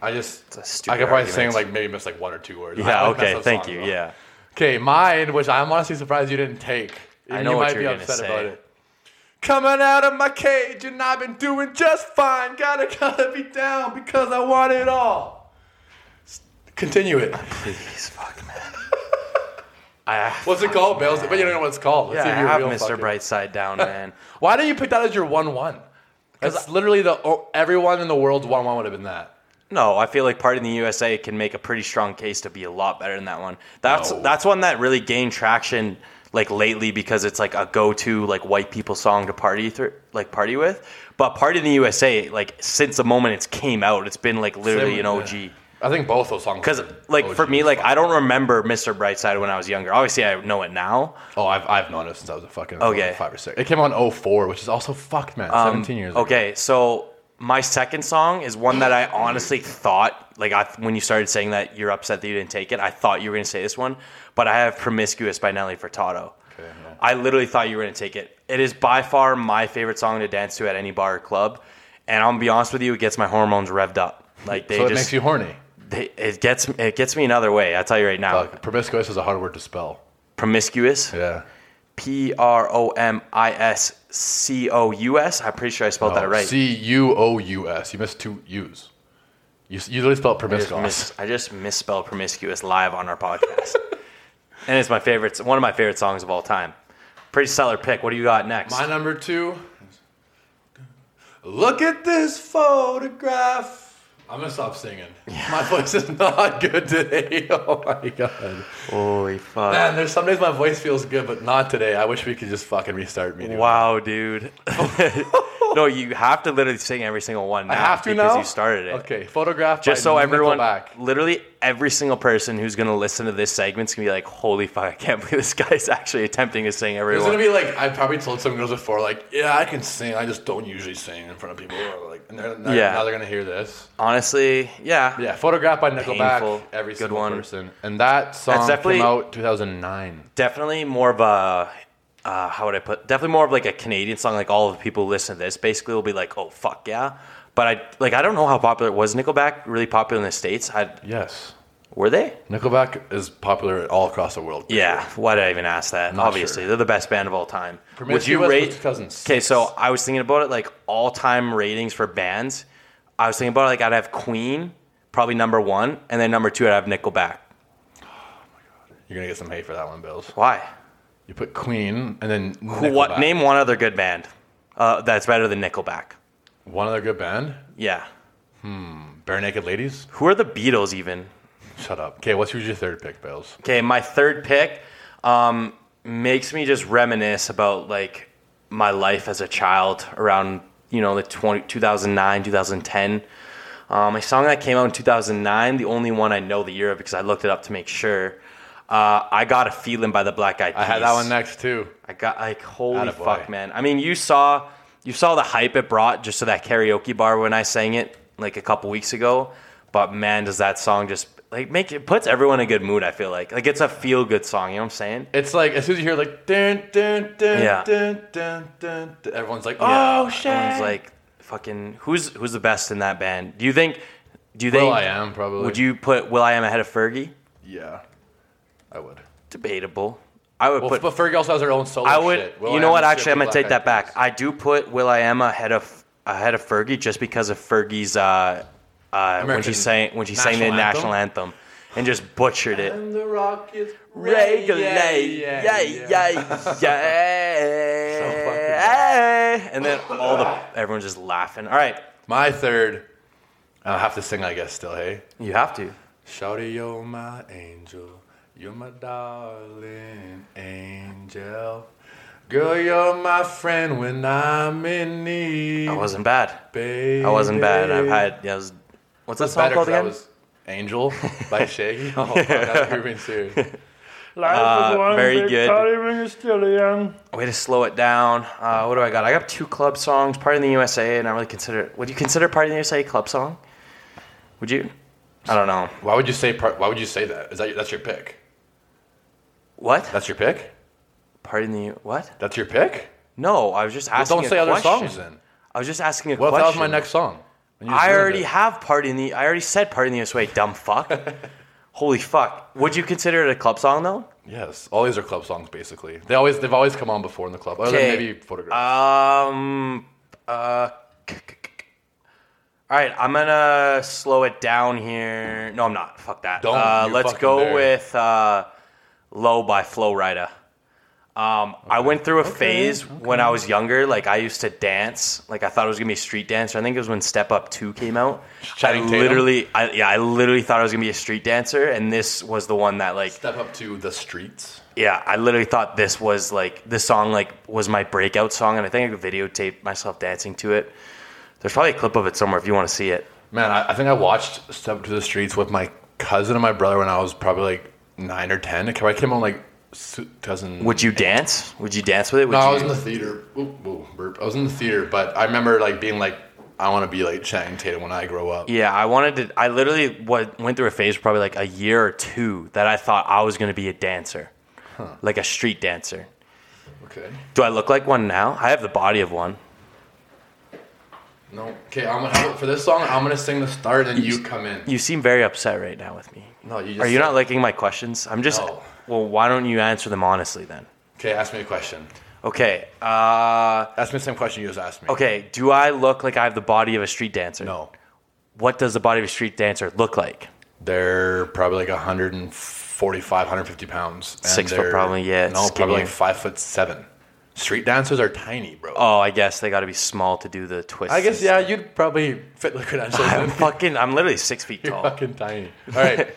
S2: I just
S1: a stupid
S2: I could probably sing
S1: argument.
S2: like maybe miss like one or two words.
S1: Yeah. Okay. Thank you. Yeah.
S2: Okay, mine, which I'm honestly surprised you didn't take.
S1: I
S2: And
S1: know
S2: you
S1: what
S2: might
S1: you're
S2: be
S1: gonna
S2: upset
S1: say.
S2: about it. Coming out of my cage and I've been doing just fine. Gotta gotta be down because I want it all. S- Continue it.
S1: Please, fuck, man. I,
S2: What's it called, Bales? But you don't know what it's called.
S1: yeah,
S2: Let's
S1: I
S2: see if you're a
S1: have
S2: real
S1: Mr.
S2: fucking-
S1: Brightside down, man.
S2: Why did you pick that as your one one? That's literally the oh, everyone in the world's one one would have been that.
S1: No, I feel like Party in the USA can make a pretty strong case to be a lot better than that one. That's
S2: No.
S1: that's one that really gained traction like lately because it's like a go-to like white people song to party through like party with. But Party in the USA like since the moment it's came out, it's been like literally an
S2: Same-
S1: OG.
S2: yeah. I think both those songs.
S1: Because
S2: are
S1: like
S2: OG
S1: for me,
S2: as
S1: like
S2: fuck.
S1: I don't remember Mr. Brightside when I was younger. Obviously, I know it now.
S2: Oh, I've I've known it since I was a fucking
S1: Okay. Um,
S2: five or six. It came on 04, which is also fucked, man. Seventeen years. ago.
S1: Mm. Okay, so my second song is one that I honestly thought, like, I, when you started saying that you're upset that you didn't take it, I thought you were going to say this one, but I have "Promiscuous" by Nelly Furtado.
S2: Okay, yeah.
S1: I literally thought you were going to take it. It is by far my favorite song to dance to at any bar or club, and I'm gonna be honest with you, it gets my hormones revved up. Like they
S2: So it
S1: just,
S2: makes you horny.
S1: they, it gets it gets me another way. I tell you right now,
S2: Like, promiscuous is a hard word to spell.
S1: promiscuous.
S2: Yeah.
S1: P R O M I S C O U S. I'm pretty sure I spelled
S2: Oh,
S1: that right.
S2: C U O U S. You missed two U's. You, s- you literally spelled
S1: I just,
S2: promiscuous.
S1: mis- I just misspelled promiscuous live on our podcast. and it's my favorite, it's one of my favorite songs of all time. Pretty stellar pick. What do you got next?
S2: My number two. Look at this photograph. I'm gonna stop singing. My voice is not good today. Oh my god.
S1: Holy fuck.
S2: Man, there's some days my voice feels good, but not today. I wish we could just fucking restart me.
S1: wow, dude. no, you have to literally sing every single one now
S2: I have to
S1: because
S2: now.
S1: you started it.
S2: Okay, photograph.
S1: Just
S2: by
S1: so everyone,
S2: Nickelback.
S1: literally every single person who's going to listen to this segment's going to be like, holy fuck, I can't believe this guy's actually attempting to sing every
S2: It's
S1: one.
S2: gonna be like I probably told some girls before, like, yeah, I can sing. I just don't usually sing in front of people. Or like, and they're,
S1: Yeah.
S2: yeah. now they're gonna hear this.
S1: Honestly, yeah.
S2: Yeah, photograph by Nickelback.
S1: Painful.
S2: Every
S1: Good
S2: single
S1: one.
S2: person, and that song
S1: That's definitely-
S2: came out 2009.
S1: definitely more of a uh, how would I put? Definitely more of like a Canadian song. Like all of the people who listen to this basically will be like, "Oh fuck yeah!" But I like I don't know how popular it was. Nickelback really popular in the states. I,
S2: Yes,
S1: were they?
S2: Nickelback is popular all across the world.
S1: Yeah. Why did I even ask that?
S2: Not
S1: Obviously,
S2: sure.
S1: they're the best band of all time. Would you
S2: Promiscuous was
S1: rate?
S2: 2006.
S1: Okay, so I was thinking about it like all time ratings for bands. I was thinking about it, like I'd have Queen probably number one, and then number two I'd have Nickelback.
S2: you're gonna get some hate for that one, Bills.
S1: Why?
S2: You put Queen, and then
S1: Who, what?
S2: Nickelback.
S1: Name one other good band uh, that's better than Nickelback.
S2: one other good band?
S1: Yeah.
S2: Bare Naked Ladies.
S1: Who are the Beatles even?
S2: Shut up. Okay, what's your third pick, Bills?
S1: Okay, my third pick um, makes me just reminisce about like my life as a child around you know the 20, 2009 2010. Um, a song that came out in 2009, the only one I know the year of because I looked it up to make sure. Uh, I got a feeling by the Black Eyed Peas.
S2: I had that one next too.
S1: I got like holy
S2: Attaboy.
S1: fuck, man. I mean, you saw you saw the hype it brought just to that karaoke bar when I sang it like a couple weeks ago. But man, does that song just like make it puts everyone in a good mood? I feel like like it's a feel good song. You know what I'm saying?
S2: It's like as soon as you hear like dun dun dun
S1: Yeah.
S2: dun, dun dun dun, everyone's like,
S1: Yeah.
S2: oh shit.
S1: Everyone's like fucking who's who's the best in that band? Do you think? Do you
S2: Will
S1: think?
S2: I am probably.
S1: Would you put Will I Am ahead of Fergie?
S2: Yeah, I would.
S1: Debatable. I would
S2: Well,
S1: put
S2: but, Fergie also has her own solo.
S1: I would.
S2: Shit. Will
S1: you
S2: I
S1: know
S2: Am
S1: what?
S2: is
S1: Actually, I'm
S2: strictly
S1: gonna take
S2: Black
S1: that
S2: Eyed
S1: back. I do put Will I Am ahead of ahead of Fergie just because of Fergie's uh, uh, when she
S2: American
S1: sang when she sang the national
S2: national anthem?
S1: anthem and just butchered
S2: Peas.
S1: it.
S2: And the rock is
S1: Regulate,
S2: Yeah,
S1: yeah,
S2: yeah, yeah.
S1: yeah, yeah. And then all the everyone's just laughing. All right,
S2: My third. I have to sing, I guess. Still, hey.
S1: you have to.
S2: Shawty, you're my angel. You're my darling angel. Girl, you're my friend when I'm in need.
S1: I wasn't bad.
S2: Baby.
S1: I wasn't bad. I've had. Yeah, I was, what's that
S2: That's
S1: song
S2: better
S1: called
S2: because I
S1: again?
S2: was Angel by Shaggy. oh, fuck, that's proving serious.
S1: Uh, very good.
S3: still young.
S1: Way Oh, to slow it down. Uh, what do I got? I got two club songs, Party in the USA, and I really consider. Would you consider Party in the USA a club song? Would you? I don't know.
S2: Why would you say? Part, why would you say that? Is that that's your pick?
S1: What?
S2: That's your pick.
S1: Party in the U- what?
S2: That's your pick.
S1: No, I was just
S2: Well,
S1: asking.
S2: don't
S1: a
S2: say other
S1: question.
S2: songs then.
S1: I was just asking a
S2: What if
S1: question.
S2: that was my next song? And you just
S1: I
S2: ruined
S1: already
S2: it.
S1: have Party in the. I already said Party in the USA. Dumb fuck. Holy fuck. Would you consider it a club song though?
S2: Yes, all these are club songs basically. They always they've always come on before in the club. Other than
S1: 'Kay.
S2: maybe photograph.
S1: Um. Uh. k- k- k- All right, I'm gonna slow it down here. No, I'm not. Fuck that.
S2: Don't,
S1: Uh,
S2: you
S1: let's
S2: fucking
S1: go
S2: dare.
S1: with uh, "Low" by Flow Rida. Um, I went through a phase when I was younger. Like I used to dance. Like I thought it was gonna be a street dancer. I think it was when Step Up Two came out.
S2: Channing
S1: I
S2: Tatum?
S1: literally, I, yeah, I literally thought I was gonna be a street dancer, and this was the one that like
S2: Step up to the streets.
S1: yeah, I literally thought this was like this song like was my breakout song, and I think I videotaped myself dancing to it. There's probably a clip of it somewhere if you want to see it.
S2: Man, I, I think I watched Step Up to the Streets with my cousin and my brother when I was probably like nine or ten. I came on like su- 2000.
S1: Would you dance? Would you dance with it? Would
S2: No,
S1: you,
S2: I was in the theater. Ooh, ooh, burp. I was in the theater, but I remember like being like, I want to be like Channing Tatum when I grow up.
S1: yeah, I wanted to. I literally what went through a phase probably like a year or two that I thought I was going to be a dancer, like a street dancer.
S2: Okay.
S1: Do I look like one now? I have the body of one.
S2: No. Okay. I'm gonna have it for this song. I'm gonna sing the start, and you come in.
S1: You seem very upset right now with me.
S2: No, you just.
S1: Are you not liking my questions? I'm just.
S2: No.
S1: Well, why don't you answer them honestly then?
S2: Okay. Ask me a question.
S1: Okay. Uh,
S2: Ask me the same question you just asked me.
S1: Okay, do I look like I have the body of a street dancer?
S2: No.
S1: What does the body of a street dancer look like?
S2: They're probably like 145, 150 pounds. and
S1: Six foot
S2: they're-
S1: probably, yeah,
S2: No, probably
S1: skinnier.
S2: like five foot seven. Street dancers are tiny, bro.
S1: Oh, I guess they got to be small to do the twist.
S2: I guess yeah, you'd probably fit the credentials.
S1: I'm
S2: in.
S1: fucking. I'm literally six feet
S2: You're
S1: tall.
S2: fucking tiny. All right.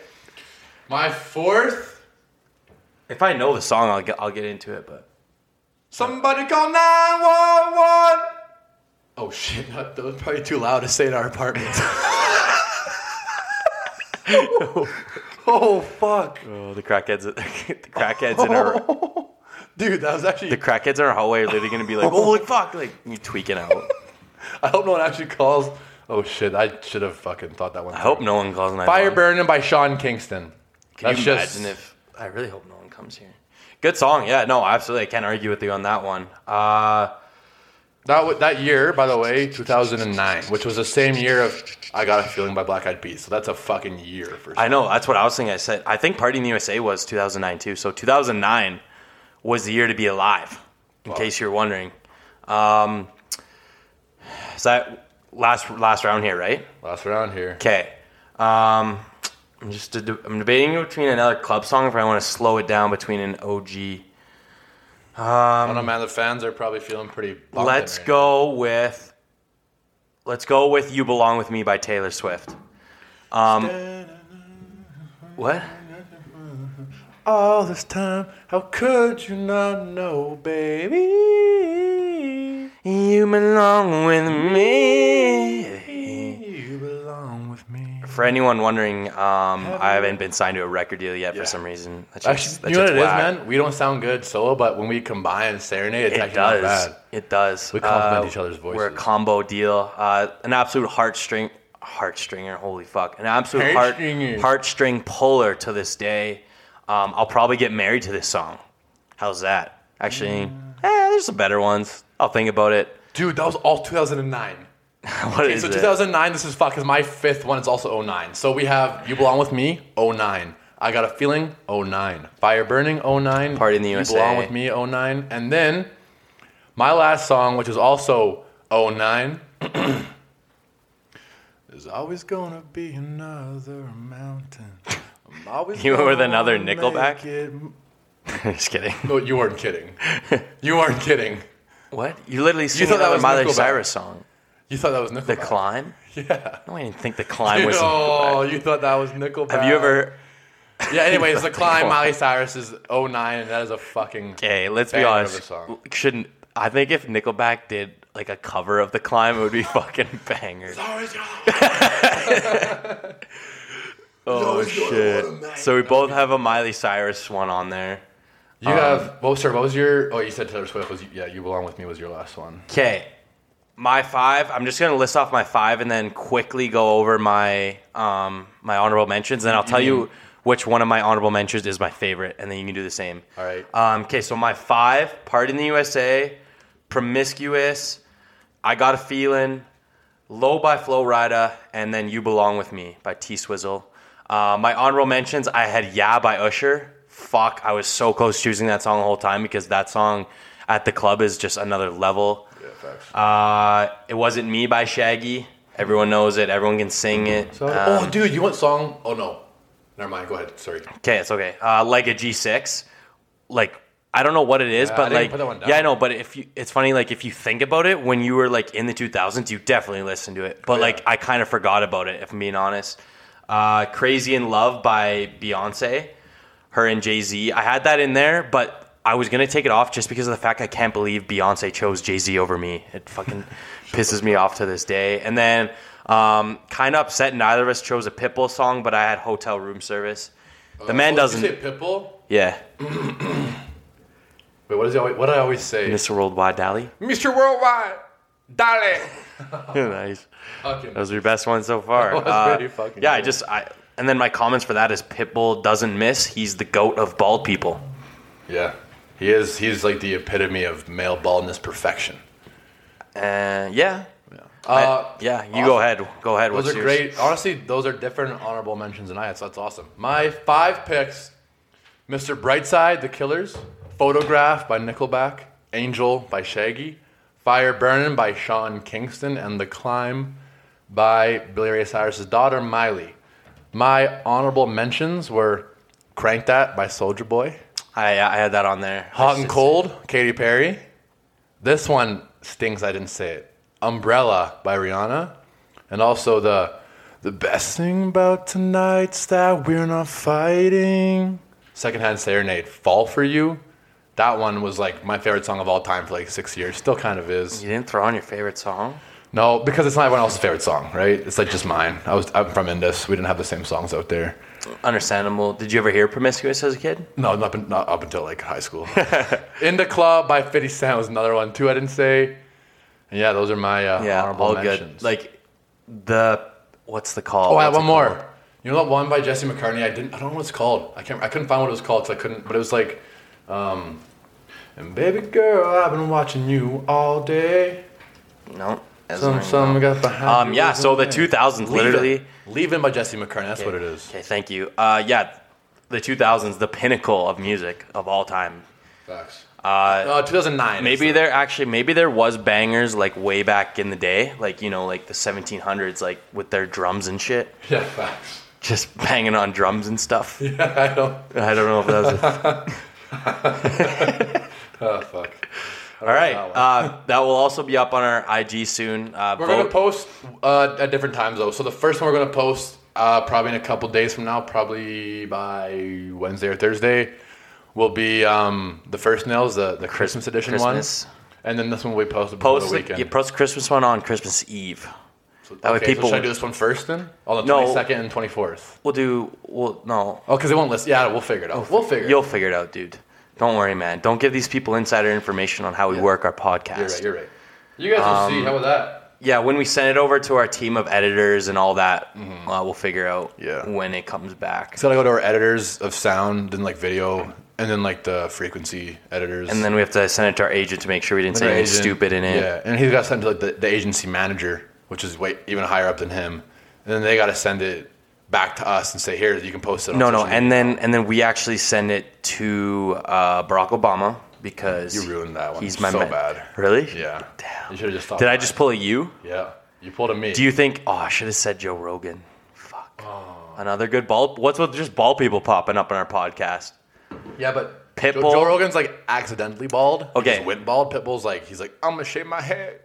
S2: My fourth.
S1: If I know the song, I'll get. I'll get into it. But
S2: Somebody call 911. Oh shit, that, that was probably too loud to say in our apartment. oh fuck.
S1: oh, the crackheads. The crackheads in our.
S2: Dude, that was actually
S1: The crackheads in our hallway are literally gonna be like, "Holy fuck!" Like you tweaking out.
S2: I hope no one actually calls. Oh shit, I should have fucking thought that one.
S1: I hope no one calls. 911.
S2: Fire Burning by Sean Kingston.
S1: Can you imagine if? I really hope no one comes here. Good song, yeah. No, absolutely. I can't argue with you on that one. Uh,
S2: that wa- that year, by the way, 2009, which was the same year of I Got a Feeling by Black Eyed Peas. So that's a fucking year for
S1: I know. That's what I was thinking. I said, I think Party in the USA was 2009 too. So 2009 was the year to be alive, in case you're wondering. Um, is that last last round here, right?
S2: last round here.
S1: Okay. Um, I'm just de- I'm debating between another club song if I want to slow it down between an OG.
S2: I don't know, man. The fans are probably feeling pretty. bumped
S1: Um, Let's
S2: right
S1: go with. Let's go with "You Belong with Me" by Taylor Swift. Um, what?
S2: All this time, how could you not know, baby?
S1: You belong with me.
S2: You belong with me.
S1: For anyone wondering, um, I haven't been signed to a record deal yet for some reason. That's
S2: Actually,
S1: that
S2: you know what
S1: shit's
S2: it is,
S1: whack.
S2: man? We don't sound good solo, but when we combine and serenade, it's
S1: It
S2: actually not
S1: does.
S2: bad.
S1: It does. Uh,
S2: We complement each other's
S1: We're a
S2: voices.
S1: combo deal. Uh, an absolute heartstring, heartstringer. Holy fuck! An absolute heart,
S2: Heartstringer.
S1: heartstring puller to this day. Um, I'll probably get married to this song. How's that? Actually,
S2: Mm.
S1: eh, there's some better ones. I'll think about it.
S2: Dude, that was all 2009.
S1: What
S2: Okay,
S1: is
S2: so
S1: it?
S2: 2009, this is fuck, is my fifth one. It's also 09. So we have You Belong With Me, 09. I Got a Feeling, 09. Fire Burning, 09.
S1: Party in the
S2: you
S1: USA.
S2: Belong With Me, 09. And then my last song, which is also 09, There's always gonna be another mountain. I'm always
S1: You went with
S2: gonna
S1: another
S2: make
S1: Nickelback?
S2: it-
S1: Just kidding.
S2: No, you weren't kidding. you weren't kidding.
S1: What? You literally sing
S2: thought that
S1: another
S2: was
S1: Miley
S2: Nickelback.
S1: Cyrus song.
S2: You thought that was Nickelback.
S1: The climb?
S2: Yeah.
S1: No, I didn't think the climb was.
S2: oh,
S1: Nickelback.
S2: you thought that was Nickelback.
S1: Have you ever?
S2: Yeah, anyways, the climb Miley Cyrus is 09, and that is a fucking.
S1: Okay, let's be
S2: Banger of a
S1: honest.
S2: song.
S1: Shouldn't I think if Nickelback did like a cover of the climb, it would be fucking banger. Oh shit! So we both have a Miley Cyrus one on there.
S2: You
S1: Um,
S2: have. Well, sir, what was your. Oh, you said Taylor Swift was. Yeah, You Belong With Me was your last one.
S1: Okay, my five. I'm just gonna list off my five and then quickly go over my um my honorable mentions. Then I'll tell you which one of my honorable mentions is my favorite, and then you can do the same.
S2: Mm-hmm. All right.
S1: Um. Okay. So my five: Part in the USA, Promiscuous, I Got a Feeling, Low by Flo Rida, and then You Belong With Me by T Swizzle. Uh, my honorable mentions, I had Yeah by Usher. Fuck, I was so close choosing that song the whole time because that song at the club is just another level.
S2: facts.
S1: Uh, it Wasn't Me by Shaggy. Everyone knows it, everyone can sing it.
S2: So,
S1: Um,
S2: oh, dude, you want song? Oh, no. Never mind. Go ahead. Sorry.
S1: Okay, it's okay. Uh, like a G6, like I don't know what it is,
S2: Yeah, I
S1: but
S2: didn't
S1: like,
S2: put that one down.
S1: yeah, I know. But if you, it's funny, like if you think about it, when you were like in the 2000s, you definitely listened to it. But
S2: Yeah.
S1: like, I kind of forgot about it, if I'm being honest. Uh, Crazy in Love by Beyonce, her and Jay Z. I had that in there, but I was gonna take it off just because of the fact I can't believe Beyonce chose Jay Z over me. It fucking pisses me off to this day. And then, um, kind of upset neither of us chose a Pitbull song, but I had Hotel Room Service. The man
S2: Uh, What,
S1: doesn't.
S2: You say Pitbull?
S1: yeah,
S2: Wait, what, is he always, what do I always say?
S1: Mr. Worldwide Dally.
S2: Mr. Worldwide, darling.
S1: nice.
S2: Fucking-
S1: Those are your best ones so far. Uh,
S2: That was pretty fucking
S1: yeah, I
S2: good.
S1: just I and then my comments for that is Pitbull doesn't miss. He's the goat of bald people.
S2: Yeah. He is, he's like the epitome of male baldness perfection.
S1: And yeah.
S2: Uh,
S1: I- yeah, you go ahead. Go ahead.
S2: Those
S1: What's
S2: are
S1: yours?
S2: great. Honestly, those are different honorable mentions than I had, so that's awesome. My five picks Mr. Brightside, The Killers, Photograph by Nickelback, Angel by Shaggy, Fire Burnin' by Sean Kingston, and The Climb by Billy Ray Cyrus' daughter, Miley. My honorable mentions were Crank That by Soldier Boy,
S1: I I had that on there.
S2: Hot
S1: It's-
S2: and Cold, Katy Perry. This one stings. I didn't say it. Umbrella by Rihanna, and also the the best thing about tonight's that we're not fighting. Secondhand Serenade, Fall for You. That one was like my favorite song of all time for like six years. Still kind of is.
S1: You didn't throw on your favorite song.
S2: No, because it's not everyone else's favorite song, right? It's like just mine. I was I'm from Indus. We didn't have the same songs out there.
S1: Understandable. Did you ever hear Promiscuous as a kid?
S2: No, not, been- not up until like high school. In the Club by 50 Cent was another one too. I didn't say. And yeah, those are my uh,
S1: Yeah,
S2: honorable
S1: all good.
S2: mentions.
S1: Like the what's the call?
S2: oh, I have
S1: What's
S2: one
S1: it
S2: more.
S1: called?
S2: You know that one by Jesse McCartney? I didn't. I don't know what it's called. I can't. I couldn't find what it was called because I couldn't. But it was like, um, and baby girl, I've been watching you all day.
S1: No. that's
S2: Some
S1: not-
S2: some got behind.
S1: Um,
S2: you
S1: yeah,
S2: with
S1: so the
S2: me.
S1: 2000s, literally.
S2: Leave it. Leave It by Jesse McCartney. That's what it is.
S1: Okay, thank you. Uh, yeah, the 2000s, the pinnacle of music of all time.
S2: Facts. Uh, 2009.
S1: Maybe there actually, maybe there was bangers like way back in the day, like you know, like the 1700s, like with their drums and shit,
S2: Yeah, facts.
S1: just banging on drums and stuff.
S2: I don't.
S1: I don't know if that was. A
S2: Oh fuck.
S1: All right,
S2: that one.
S1: uh, that will also be up on our IG soon. Uh,
S2: We're
S1: vote-
S2: gonna post uh, at different times though. So the first one we're gonna post uh, probably in a couple days from now, probably by Wednesday or Thursday, will be um, the first nails, the, the Christmas edition
S1: Christmas.
S2: one, and then this one will be posted before
S1: post
S2: the
S1: the,
S2: weekend.
S1: you post Christmas one on Christmas Eve. That way
S2: okay,
S1: people
S2: So should I do this one first then? On the
S1: No.
S2: twenty second and twenty fourth.
S1: will do. Well, no,
S2: Oh, because they won't list. Yeah, we'll figure it out. We'll figure. it
S1: Oh, you'll figure it out, dude. Don't worry, man. Don't give these people insider information on how we work our podcast.
S2: You're right. You're right. You guys will
S1: Um,
S2: see. How about that?
S1: yeah, when we send it over to our team of editors and all that, uh, we'll figure out
S2: Mm-hmm. Yeah.
S1: when it comes back.
S2: So I go to our editors of sound, then like video, and then like the frequency editors,
S1: and then we have to send it to our agent to make sure we didn't say
S2: Their
S1: anything
S2: agent.
S1: stupid in it.
S2: Yeah, and he's got sent to like the, the agency manager, which is way even higher up than him. And then they got to send it back to us and say, "Here, you can post it." on
S1: No, no,
S2: social
S1: and then and then we actually send it to uh, Barack Obama because
S2: media." you ruined that one.
S1: He's my
S2: so
S1: man.
S2: bad.
S1: Really?
S2: Yeah.
S1: Damn.
S2: You should have just thought.
S1: Did I
S2: that.
S1: just pull a you?
S2: Yeah. You pulled a me.
S1: Do you think? Oh, I should have said Joe Rogan. Fuck.
S2: Oh.
S1: Another good ball. What's with just ball people popping up in our podcast?
S2: yeah, but
S1: Pitbull-
S2: Joe, Joe Rogan's like accidentally bald. He
S1: Okay.
S2: just went bald. Pitbull's like he's like I'm gonna shave my head.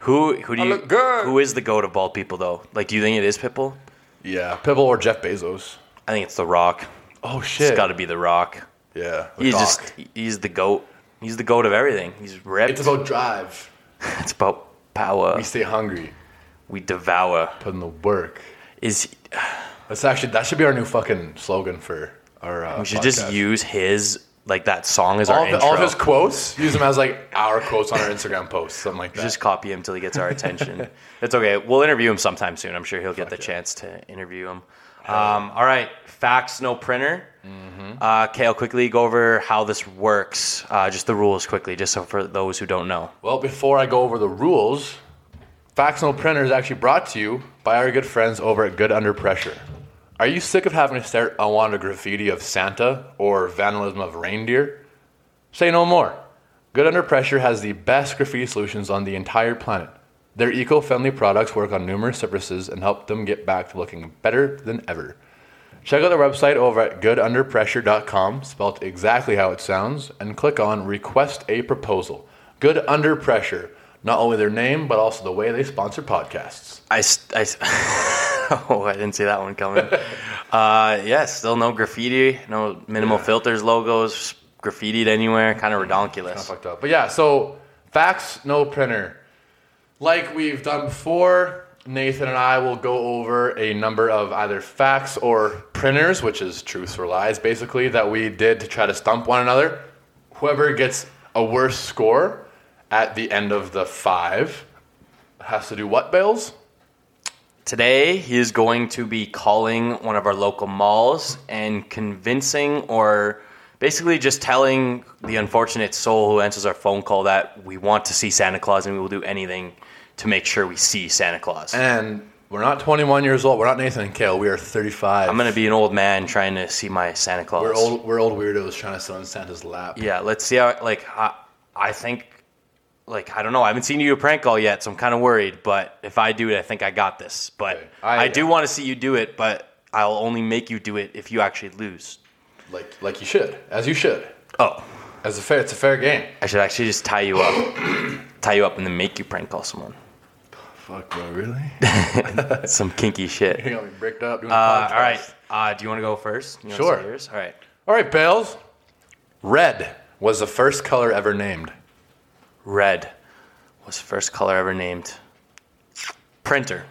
S1: Who who do
S2: I
S1: you
S2: look good.
S1: who is the goat of bald people though? Like, do you think it is Pitbull?
S2: Yeah. Pitbull or Jeff Bezos.
S1: I think it's The Rock.
S2: Oh shit.
S1: It's got to be The Rock.
S2: yeah. the
S1: He's
S2: doc.
S1: just he's the goat. He's the goat of everything. He's ripped.
S2: It's about drive.
S1: It's about power.
S2: We stay hungry.
S1: We devour.
S2: Put in the work.
S1: Is
S2: That's actually that should be our new fucking slogan for our. Uh,
S1: we should just
S2: podcast.
S1: use his like that song as
S2: all
S1: our
S2: of, the-
S1: intro.
S2: all of his quotes. Use them as like our quotes on our Instagram posts, something like that.
S1: just copy him till he gets our attention. it's okay. We'll interview him sometime soon. I'm sure he'll get the chance to interview him. Um, all right, fax no printer.
S2: Mm-hmm.
S1: Uh, okay, I'll quickly go over how this works. Uh, just the rules quickly, just so for those who don't know.
S2: well, before I go over the rules, Factional Printer is actually brought to you by our good friends over at Good Under Pressure. Are you sick of having to stare at unwanted graffiti of Santa or vandalism of reindeer? Say no more. Good Under Pressure has the best graffiti solutions on the entire planet. Their eco friendly products work on numerous surfaces and help them get back to looking better than ever. Check out the website over at goodunderpressure.com, spelled exactly how it sounds, and click on Request a Proposal. Good Under Pressure. Not only their name, but also the way they sponsor podcasts.
S1: I, st- I, st- oh, I didn't see that one coming. uh, yeah, still no graffiti, no minimal filters logos, graffitied anywhere. Kind of
S2: Kinda
S1: redonkulous.
S2: fucked up. But yeah, so fax, no printer. Like we've done before, Nathan and I will go over a number of either fax or printers, which is truths or lies, basically, that we did to try to stump one another. Whoever gets a worse score at the end of the five has to do what, Bales?
S1: Today, he is going to be calling one of our local malls and convincing or basically just telling the unfortunate soul who answers our phone call that we want to see Santa Claus and we will do anything to make sure we see Santa Claus.
S2: And we're not 21 years old. We're not Nathan and Kale. We are 35.
S1: I'm going to be an old man trying to see my Santa Claus.
S2: We're old, we're old weirdos trying to sit on Santa's lap.
S1: Yeah, let's see how, like, I, I think, like, I don't know. I haven't seen you do a prank call yet, so I'm kind of worried. But if I do it, I think I got this. But
S2: Okay. I-
S1: I, do want to see you do it, but I'll only make you do it if you actually lose.
S2: Like, like you should, as you should.
S1: Oh,
S2: As a fair, it's a fair game.
S1: I should actually just tie you up, tie you up, and then make you prank call someone.
S2: Fuck, bro, really?
S1: That's some kinky shit.
S2: you got me bricked up doing
S1: Uh, all right. Uh, do you want to go first? You wanna
S2: Sure.
S1: say yours? All right.
S2: All right, Bales. Red was the first color ever named.
S1: Red was the first color ever named. Printer.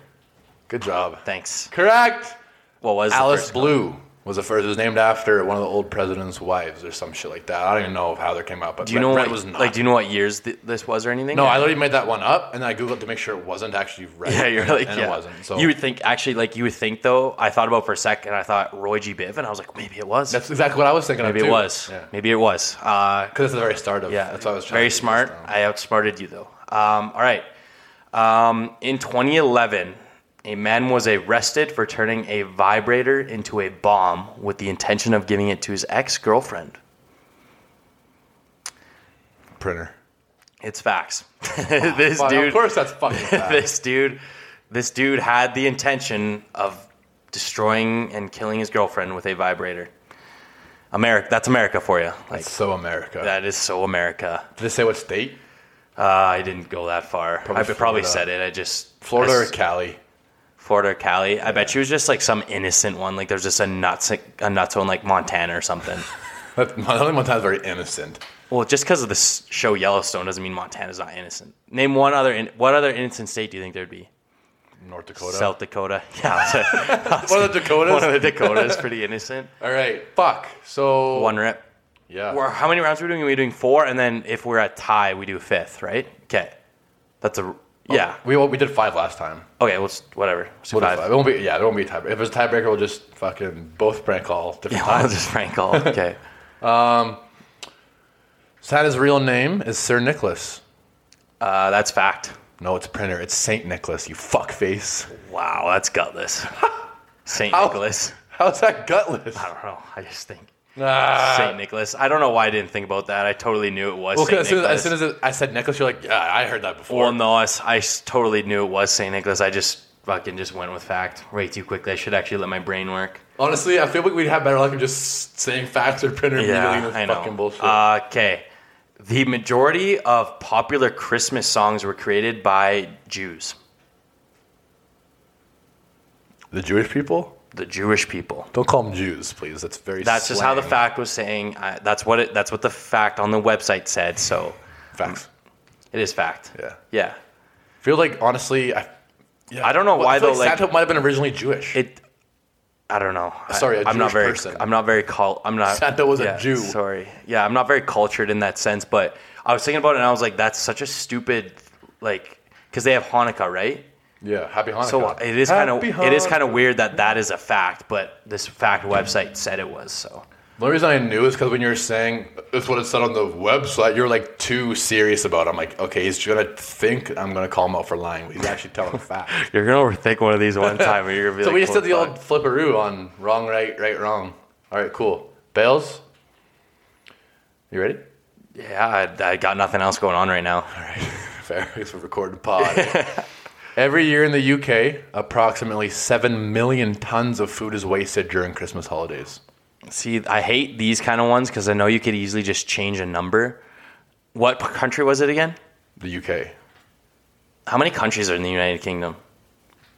S2: Good job.
S1: Thanks.
S2: Correct.
S1: What was the
S2: Alice
S1: first
S2: Blue was the first. It was named after one of the old president's wives or some shit like that. I don't even know how that came out, but
S1: Do you
S2: Red,
S1: know
S2: Red
S1: what
S2: was not.
S1: like? Do you know what years th- this was or anything?
S2: no,
S1: Or-
S2: I literally made that one up and then I googled to make sure it wasn't actually red.
S1: yeah, you're like
S2: and
S1: yeah.
S2: it wasn't. So
S1: you would think actually like you would think though. I thought about it for a sec and I thought Roy G Biv and I was like maybe it was.
S2: that's exactly what I was thinking. of,
S1: maybe it
S2: too.
S1: was.
S2: Yeah, because
S1: Maybe it was. Uh,
S2: it's the very start of.
S1: yeah,
S2: that's what I was trying.
S1: Very
S2: to do
S1: smart.
S2: just now.
S1: I outsmarted you though. Um, all right. Um, in 2011, a man was arrested for turning a vibrator into a bomb with the intention of giving it to his ex-girlfriend.
S2: um, Printer.
S1: It's facts. this
S2: Fine,
S1: dude.
S2: Of course, that's fucking. bad.
S1: this dude this dude had the intention of destroying and killing his girlfriend with a vibrator america that's america for you like
S2: so America.
S1: that is so america
S2: Did they say what state?
S1: uh, i didn't go that far i
S2: Florida.
S1: probably said it i just
S2: Florida
S1: I
S2: or
S1: s-
S2: Cali?
S1: florida or cali i bet she was just like some innocent one like there's just a nuts a nuts one like montana or something
S2: That, I think Montana's very innocent.
S1: well just because of the s- show yellowstone doesn't mean montana's not innocent name one other in, what other innocent state do you think there'd be
S2: North Dakota.
S1: south dakota yeah
S2: One of the Dakotas.
S1: one of the dakotas pretty innocent
S2: All right. Fuck. So
S1: One rep.
S2: Yeah.
S1: Or how many rounds are we doing? Are we doing four? And then if we're at tie, we do fifth, right? Okay. That's a. Yeah.
S2: We we did five last time.
S1: Okay, well, it's- whatever. Let's do
S2: We'll do
S1: five.
S2: It won't be. Yeah. It won't be a tiebreaker. If it's a tiebreaker, we'll just fucking both prank all different
S1: Yeah, I'll
S2: times.
S1: just prank all. Okay.
S2: Santa's real name is Sir Nicholas.
S1: Uh, that's fact.
S2: No, it's printer. It's Saint Nicholas. You fuckface.
S1: Wow, that's gutless. St.
S2: How-
S1: Nicholas.
S2: How's that gutless?
S1: I don't know. I just think.
S2: Nah.
S1: St. Nicholas. I don't know why I didn't think about that. I totally knew it was
S2: Uh, Well, 'cause
S1: St.
S2: as soon
S1: Nicholas.
S2: as, as soon as it- I said Nicholas, you're like, yeah, I heard that before.
S1: well, no, I, s- I s- totally knew it was St. Nicholas. I just fucking just went with fact way too quickly. I should actually let my brain work.
S2: Honestly, I feel like we'd have better luck of just saying facts or printer immediately
S1: Yeah,
S2: with
S1: I know. Uh,
S2: fucking bullshit.
S1: okay. The majority of popular Christmas songs were created by Jews,
S2: the Jewish people.
S1: the Jewish people.
S2: Don't call them Jews, please. That's very.
S1: That's just how the
S2: slang.
S1: fact was saying. I, that's what it. That's what the fact on the website said. So
S2: facts.
S1: it is fact.
S2: Yeah.
S1: Yeah.
S2: Feel like honestly, I. Yeah.
S1: I don't know
S2: Well,
S1: why
S2: feel
S1: though. Like,
S2: Santa might have been originally Jewish.
S1: it. I don't know. I-
S2: Sorry, a
S1: I'm not
S2: Jewish
S1: very.
S2: person.
S1: I'm not very cult. I'm not.
S2: Santa was a
S1: yeah,
S2: Jew.
S1: Sorry. Yeah, I'm not very cultured in that sense. But I was thinking about it, and I was like, that's such a stupid, like, because they have Hanukkah, right?
S2: yeah. Happy Hanukkah.
S1: So it is kind of
S2: Happy
S1: it is kind
S2: Hanukkah.
S1: of weird that that is a fact, but this fact website said it was. So
S2: The only reason I knew is because when you were saying it's what it said on the website, you're like too serious about. it. I'm like, okay, he's gonna think I'm gonna call him out for lying. but He's actually telling a fact.
S1: you're gonna overthink one of these one time, and you're gonna be
S2: so
S1: like,
S2: we just
S1: "What
S2: did the
S1: fuck?"
S2: old flipperoo on wrong, right, right, wrong. All right, cool. Bales. You ready?
S1: Yeah, I, I got nothing else going on right now.
S2: Fair. Thanks for recording the pod. Every year in the UK, approximately 7 million tons of food is wasted during Christmas holidays.
S1: See, I hate these kind of ones because I know you could easily just change a number. What p- country was it again?
S2: The UK.
S1: How many countries are in the United Kingdom?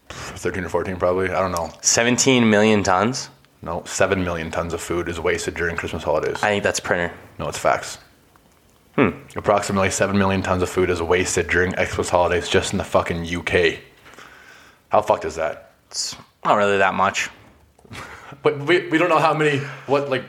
S2: 13 or 14, probably. I don't know.
S1: 17 million tons?
S2: No, 7 million tons of food is wasted during Christmas holidays.
S1: I think that's printer.
S2: No, it's facts. Hmm. Approximately 7 million tons of food is wasted during Xmas holidays just in the fucking UK. How fucked is that?
S1: It's not really that much.
S2: But we, we don't know how many, what, like,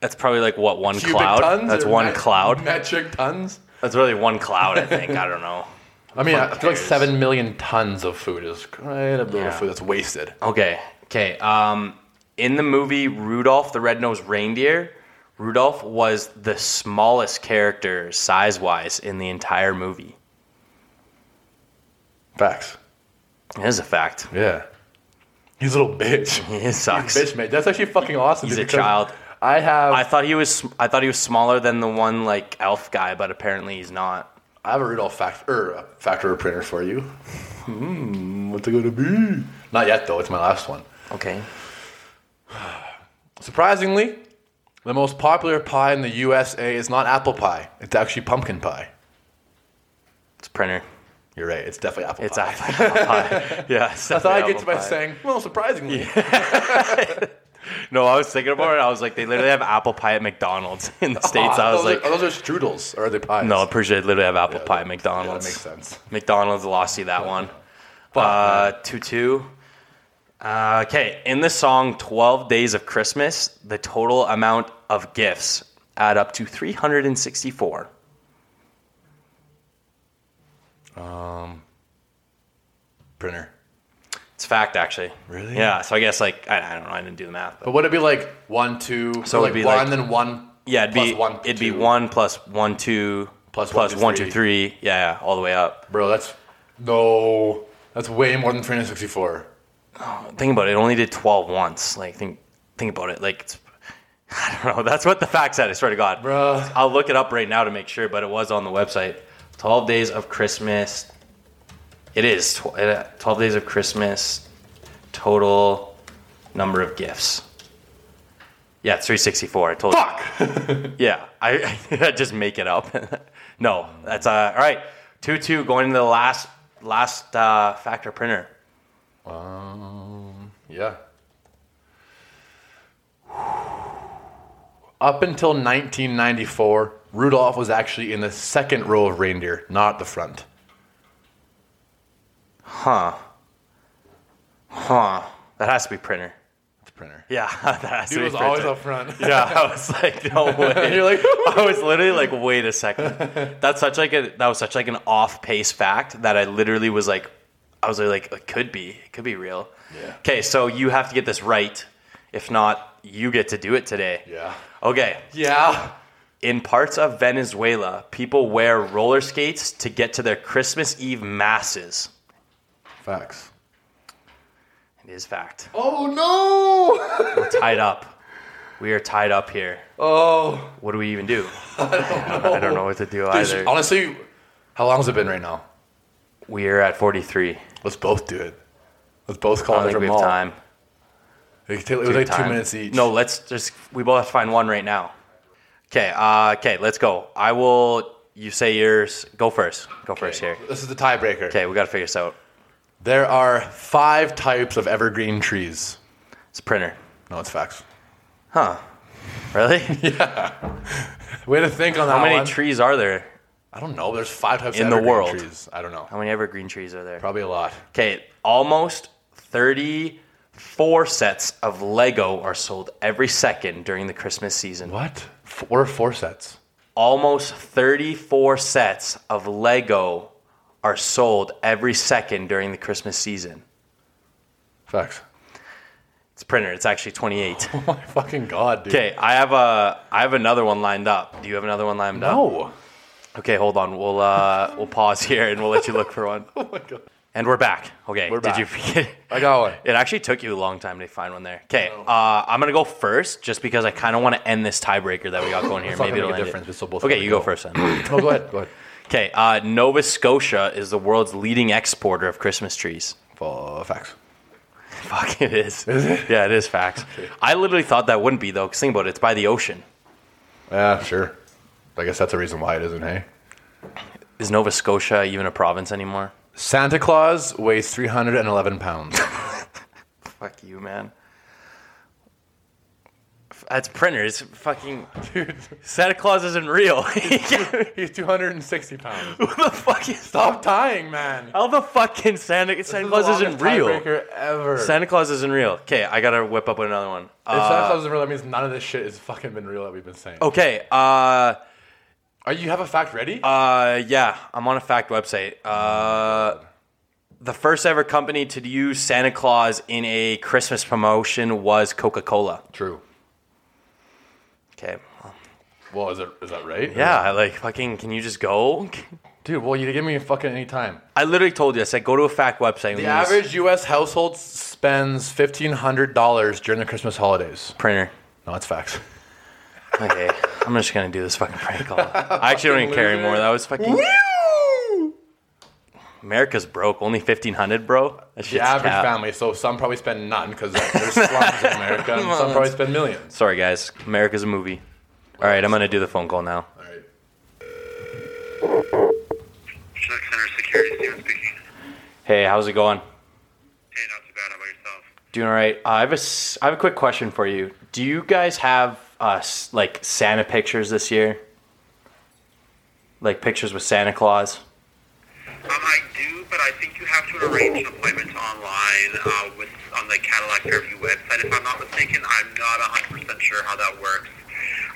S1: That's probably like what, one
S2: cubic
S1: cloud?
S2: tons?
S1: that's
S2: or
S1: one
S2: met-
S1: cloud.
S2: Metric tons?
S1: That's really one cloud, I think. I don't know.
S2: I mean, I feel like
S1: cares?
S2: 7 million tons of food is quite a bit
S1: Yeah.
S2: of food that's wasted.
S1: Okay. Okay. Um, in the movie Rudolph the Red-Nosed Reindeer, Rudolph was the smallest character size-wise in the entire movie.
S2: Facts.
S1: That is a fact.
S2: Yeah. He's a little bitch.
S1: It sucks.
S2: bitch mate. That's actually fucking awesome.
S1: He's
S2: dude,
S1: a
S2: because
S1: child.
S2: I have
S1: I thought he was I thought he was smaller than the one like elf guy, but apparently he's not.
S2: I have a Rudolph fact or a factor printer for you. Hmm, what's it gonna be? Not yet though. It's my last one.
S1: Okay.
S2: Surprisingly, the most popular pie in the USA is not apple pie. It's actually pumpkin pie.
S1: It's printer.
S2: You're right. It's definitely apple
S1: It's
S2: pie.
S1: apple pie. Yeah. it's
S2: I thought
S1: definitely
S2: I get to
S1: apple
S2: by
S1: pie.
S2: saying, well, surprisingly,
S1: No, I was thinking about it. I was like, they literally have apple pie at McDonald's in the
S2: Oh,
S1: states. I was
S2: those
S1: like,
S2: are, oh, those are strudels or are they pies?
S1: no, I'm pretty sure they literally have apple pie at
S2: yeah, that
S1: McDonald's.
S2: makes sense. Ah,
S1: McDonald's lost you that one. Uh, two two. Uh, okay, in the song "12 Days of Christmas," the total amount of gifts add up to 364.
S2: Printer.
S1: It's fact, actually.
S2: Really?
S1: Yeah. So I guess like I, I don't know. I didn't do the math. But
S2: But would it be like one, two?
S1: So
S2: or
S1: it'd be
S2: one,
S1: like-
S2: then one.
S1: yeah, it'd
S2: plus
S1: be
S2: one.
S1: it'd be
S2: two.
S1: one plus one two
S2: Plus
S1: plus
S2: one,
S1: one
S2: two,
S1: two three. Yeah, yeah, all the way up.
S2: Bro, that's no. That's way more than 364.
S1: Think about it. It only did 12 once. Like think think about it. Like it's, I don't know. That's what the fact said. I swear to God,
S2: Bruh.
S1: I'll look it up right now to make sure. But it was on the website. 12 days of Christmas. It is tw- uh, 12 days of Christmas. Total number of gifts. Yeah, it's 364. I told you. Yeah, I, I just make it up. no, that's uh, all right. Two two going into the last last uh, factor printer.
S2: Yeah. Up until 1994, Rudolph was actually in the second row of reindeer, not the front.
S1: Huh. Huh. That has to be printer.
S2: It's printer.
S1: Yeah, that has
S2: Dude
S1: to be
S2: was
S1: printer.
S2: always up front.
S1: yeah, I was like, no
S2: and
S1: way.
S2: you're like,
S1: I was literally like, wait a second. That's such like a that was such like an off pace fact that I literally was like, I was literally like, it could be, it could be real.
S2: Yeah.
S1: Okay, so you have to get this right. If not, you get to do it today.
S2: yeah.
S1: Okay.
S2: Yeah.
S1: In parts of Venezuela, people wear roller skates to get to their Christmas Eve masses.
S2: Facts.
S1: It is fact.
S2: Oh no!
S1: We're tied up. We are tied up here.
S2: oh.
S1: What do we even do? I don't know, what to do either.
S2: Honestly, how long has it been right now?
S1: We are at 43.
S2: Let's both do it. Let's both
S1: I
S2: call
S1: don't
S2: it
S1: think
S2: from
S1: we have
S2: all.
S1: time.
S2: It, could take- it was like
S1: Time.
S2: two minutes each.
S1: No, let's just. We both have to find one right now. Okay. Uh, okay. Let's go. I will. You say yours. Go first. Go first here.
S2: This is the tiebreaker.
S1: Okay. We got to figure this out.
S2: There are five types of evergreen trees.
S1: It's printer.
S2: No, it's facts.
S1: Huh. Really?
S2: Way to think on that
S1: How many
S2: one.
S1: trees are there?
S2: I don't know. There's five types
S1: In
S2: of
S1: the
S2: evergreen
S1: world?
S2: trees. I don't know.
S1: How many evergreen trees are there?
S2: Probably a lot.
S1: Okay, almost 34 sets of Lego are sold every second during the Christmas season.
S2: What? Four four sets.
S1: Almost 34 sets of Lego are sold every second during the Christmas season.
S2: Facts.
S1: It's printer, it's actually 28.
S2: Oh my fucking god, dude.
S1: Okay, I have a I have another one lined up. Do you have another one lined up?
S2: No.
S1: Okay, hold on. We'll uh we'll pause here and we'll let you look for one.
S2: Oh my god.
S1: And we're back. Okay.
S2: We're
S1: did
S2: back.
S1: you forget?
S2: I got one.
S1: It actually took you a long time to find one there. Okay, uh, I'm gonna go first just because I kind of want to end this tiebreaker that we got going here.
S2: not
S1: Maybe
S2: gonna
S1: it'll
S2: make a
S1: end
S2: difference,
S1: It.
S2: but so both
S1: okay,
S2: have to
S1: you Oh, go,
S2: go.
S1: first then.
S2: No, go ahead. Go ahead.
S1: Okay, uh, Nova Scotia is the world's leading exporter of Christmas trees.
S2: Full facts.
S1: Fuck, it is. Is it? Yeah, it is facts. I literally thought that wouldn't be, though, because think about it, it's by the ocean.
S2: Yeah, sure. I guess that's the reason why it isn't, hey?
S1: Is Nova Scotia even a province anymore?
S2: Santa Claus weighs 311 pounds.
S1: Fuck you, man. F- That's printers. Fucking Santa Claus isn't real. Who
S2: He's 260 pounds.
S1: the fuck is
S2: Stop tying, man.
S1: How the fuck can Santa Santa Claus isn't real?
S2: Ever.
S1: Santa Claus isn't real. Okay, I gotta whip up another one.
S2: if
S1: Uh,
S2: Santa Claus isn't real, that means none of this shit has fucking been real that we've been saying.
S1: okay, uh,
S2: Are Oh, you have a fact ready?
S1: uh, yeah, I'm on a fact website. Uh, the first ever company to use Santa Claus in a Christmas promotion was Coca Cola.
S2: True.
S1: Okay,
S2: Well, is it is that right?
S1: yeah, like fucking, can you just go?
S2: Dude, well, you give me fucking any time.
S1: I literally told you. I said go to a fact website.
S2: The average U.S. household spends fifteen hundred dollars during the Christmas holidays.
S1: printer.
S2: No, that's facts.
S1: Okay, I'm just gonna do this fucking prank call. I actually don't even care
S2: loser.
S1: anymore. That was fucking. America's broke. Only 1500, bro. That
S2: The
S1: shit's
S2: average
S1: cap.
S2: family. So some probably spend none because there's slums in America, and some probably spend millions.
S1: Sorry, guys. America's a movie. All right, I'm gonna do the phone call now.
S2: All right.
S4: Chinook Center Security, Steven speaking.
S1: Hey, how's it going?
S4: Hey, not too bad. How about yourself?
S1: Doing all right. Uh, I have a s- I have a quick question for you. Do you guys have uh, s- like Santa pictures this year? Like pictures with Santa Claus?
S4: Um, I do, but I think you have to arrange an appointment online uh, with on the Cadillac Fairview website. If I'm not mistaken, I'm not 100% sure how that works.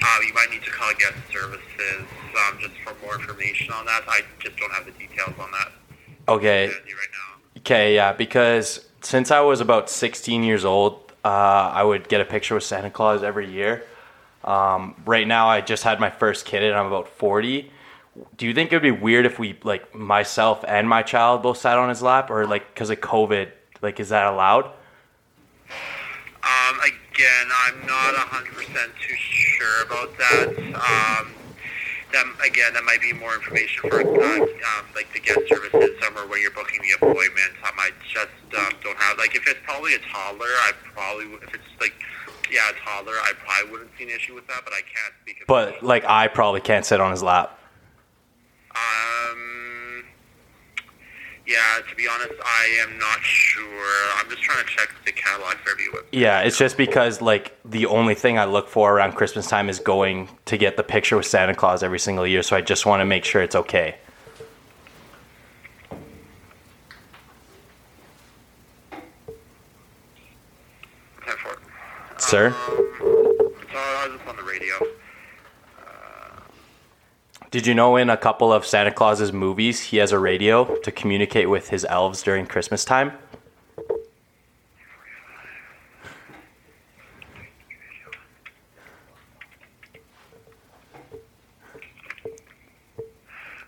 S4: Uh, you might need to call guest services um, just for more information on that. I just don't have the details on that
S1: Okay.
S4: with you right now.
S1: Okay, yeah, because since I was about 16 years old, uh, I would get a picture with Santa Claus every year. Um, right now, I just had my first kid and I'm about 40. Do you think it would be weird if we, like, myself and my child both sat on his lap? Or, like, because of COVID, like, is that allowed?
S4: Um, again, I'm not 100% too sure about that. Um, that again, that might be more information for uh, um, like the guest services somewhere where you're booking the appointment. Um, I just um, don't have like if it's probably a toddler, I probably would- if it's like yeah a toddler, I probably wouldn't see an issue with that, but I can't speak. of-
S1: But, like, I probably can't sit on his lap.
S4: um, yeah, to be honest, I am not sure. I'm just trying to check the catalog Fairview website.
S1: Yeah, it's just because, like, the only thing I look for around Christmas time is going to get the picture with Santa Claus every single year. So I just want to make sure it's okay.
S4: Ten four.
S1: Sir?
S4: So I was just on the radio.
S1: Did you know in a couple of Santa Claus's movies, he has a radio to communicate with his elves during Christmas time?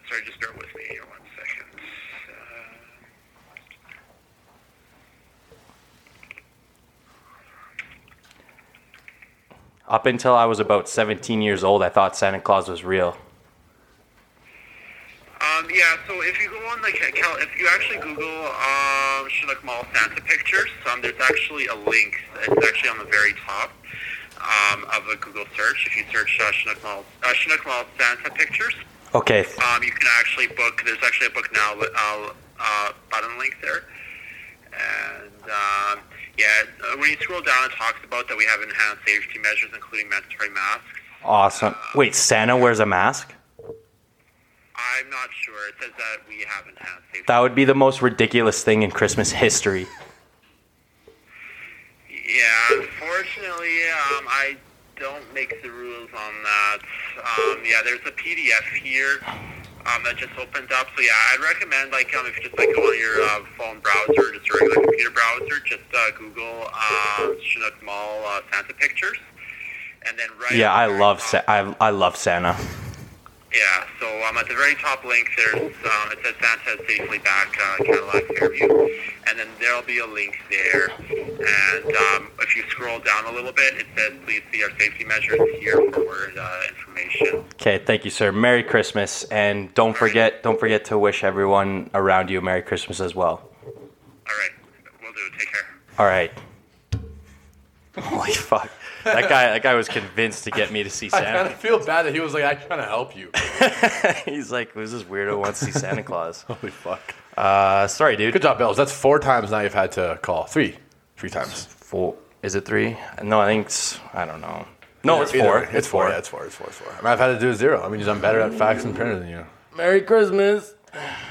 S4: Sorry, just bear with me here one second. Uh,
S1: Up until I was about 17 years old, I thought Santa Claus was real.
S4: Um, yeah, so if you go on the Ca- Cal, if you actually Google um, Chinook Mall Santa pictures, um, there's actually a link. It's actually on the very top um, of a Google search. If you search uh, Chinook Mall, uh, Chinook Mall Santa pictures,
S1: Okay, th-
S4: um, you can actually book. There's actually a book now uh, uh, button link there. And um, yeah, uh, when you scroll down, it talks about that we have enhanced safety measures, including mandatory masks.
S1: awesome. Wait, Santa wears a mask?
S4: I'm not sure. It says that we have enhanced safety.
S1: That would be the most ridiculous thing in Christmas history.
S4: Yeah, unfortunately, um, I don't make the rules on that. Um, yeah, there's a PDF here um, that just opened up. So yeah, I'd recommend like um, if you just like go on your uh, phone browser, just your regular computer browser, just uh, Google uh, Chinook Mall uh, Santa pictures, and then right.
S1: Yeah, I
S4: at the
S1: love
S4: top-
S1: Sa- I, I love Santa.
S4: yeah, so um, at the very top link, there's um, it says Santa safely back uh, Cadillac Fairview, and then there'll be a link there. And um, if you scroll down a little bit, it says please see our safety measures here for more uh, information.
S1: Okay, thank you, sir. Merry Christmas, and don't forget don't forget to wish everyone around you a Merry Christmas as well.
S4: All right, we'll do. Take care.
S1: All right. Holy fuck! That guy that guy was convinced to get me to see
S2: I kind
S1: Santa.
S2: of feel bad that he was like, I'm trying to help you.
S1: He's like, who's this weirdo wants to see Santa Claus?
S2: Holy fuck.
S1: Uh, sorry, dude.
S2: Good job, Bells. That's four times now you've had to call. Three. Three times.
S1: Four? Is it three? No, I think it's, I don't know. No, Oh, it's
S2: Either
S1: four.
S2: way, It's four. Yeah, it's four. It's four. It's four. I mean, I've had to do zero. I mean, just I'm better at facts and printer than you.
S1: Merry Christmas.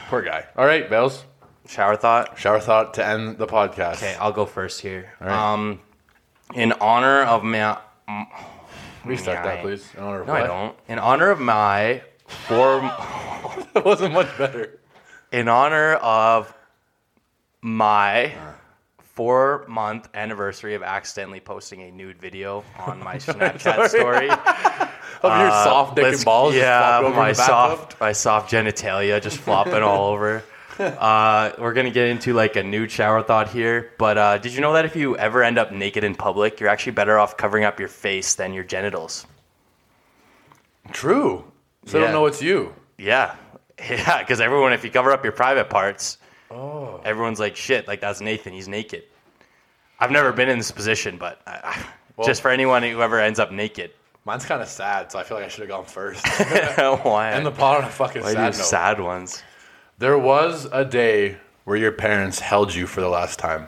S2: Poor guy. All right, Bells.
S1: Shower thought.
S2: Shower thought to end the podcast.
S1: Okay, I'll go first here.
S2: right.
S1: Um, in honor of my
S2: Restart that, please. I don't
S1: no, I don't. In honor of my form.
S2: It wasn't much better.
S1: in honor of my four month anniversary of accidentally posting a nude video on my Snapchat story.
S2: Of your soft dick
S1: Uh, Let's-
S2: and balls. just
S1: Yeah,
S2: flopped over in
S1: my
S2: the bathtub.
S1: soft, my soft genitalia just flopping all over. Uh, we're gonna get into like a nude shower thought here, but uh, did you know that if you ever end up naked in public, you're actually better off covering up your face than your genitals?
S2: True. So they
S1: Yeah.
S2: don't know it's you.
S1: Yeah, yeah, because everyone, if you cover up your private parts,
S2: Oh.
S1: everyone's like, shit, like that's Nathan, he's naked. I've never been in this position, but I, I- just for anyone who ever ends up naked,
S2: Mine's kind of sad, so I feel like I should have gone first.
S1: why?
S2: and the pot on a fucking
S1: why do
S2: sad note.
S1: sad ones.
S2: There was a day where your parents held you for the last time.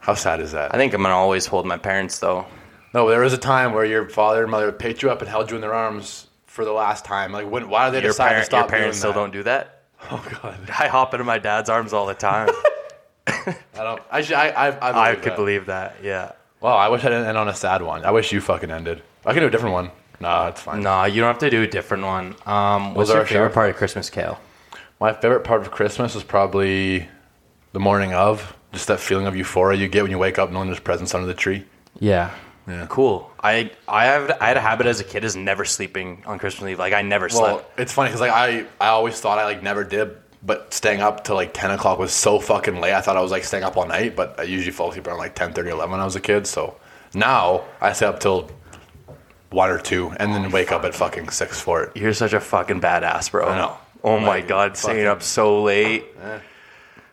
S2: How sad is that?
S1: I think I'm gonna always hold my parents though.
S2: No, there was a time where your father and mother picked you up and held you in their arms for the last time. Like, when, why did they
S1: Your,
S2: decide to
S1: parent,
S2: stop
S1: your parents still
S2: doing
S1: don't do that.
S2: that? Oh god,
S1: I hop into my dad's arms all the time.
S2: I don't. Actually, I, I, I,
S1: I
S2: that.
S1: could believe that. Yeah.
S2: Wow, I wish I didn't end on a sad one. I wish you fucking ended. I can do a different one. Nah, it's fine.
S1: No, you don't have to do a different one. Um, what's
S2: there
S1: your
S2: a
S1: favorite
S2: shower?
S1: part of Christmas, Kale?
S2: My favorite part of Christmas is probably the morning of. Just that feeling of euphoria you get when you wake up knowing there's presents under the tree.
S1: Yeah.
S2: Yeah.
S1: Cool. I I have I had a habit as a kid is never sleeping on Christmas Eve. Like I never
S2: Well,
S1: slept.
S2: it's funny because like I, I always thought I like never did, but staying up till like ten o'clock was so fucking late. I thought I was like staying up all night, but I usually fell asleep around like 10, 30, 11 when I was a kid. So now I stay up till one or two, and then wake up at fucking six for it.
S1: You're such a fucking badass, bro.
S2: I know.
S1: Oh my
S2: Like,
S1: god, staying
S2: fucking-
S1: up so late.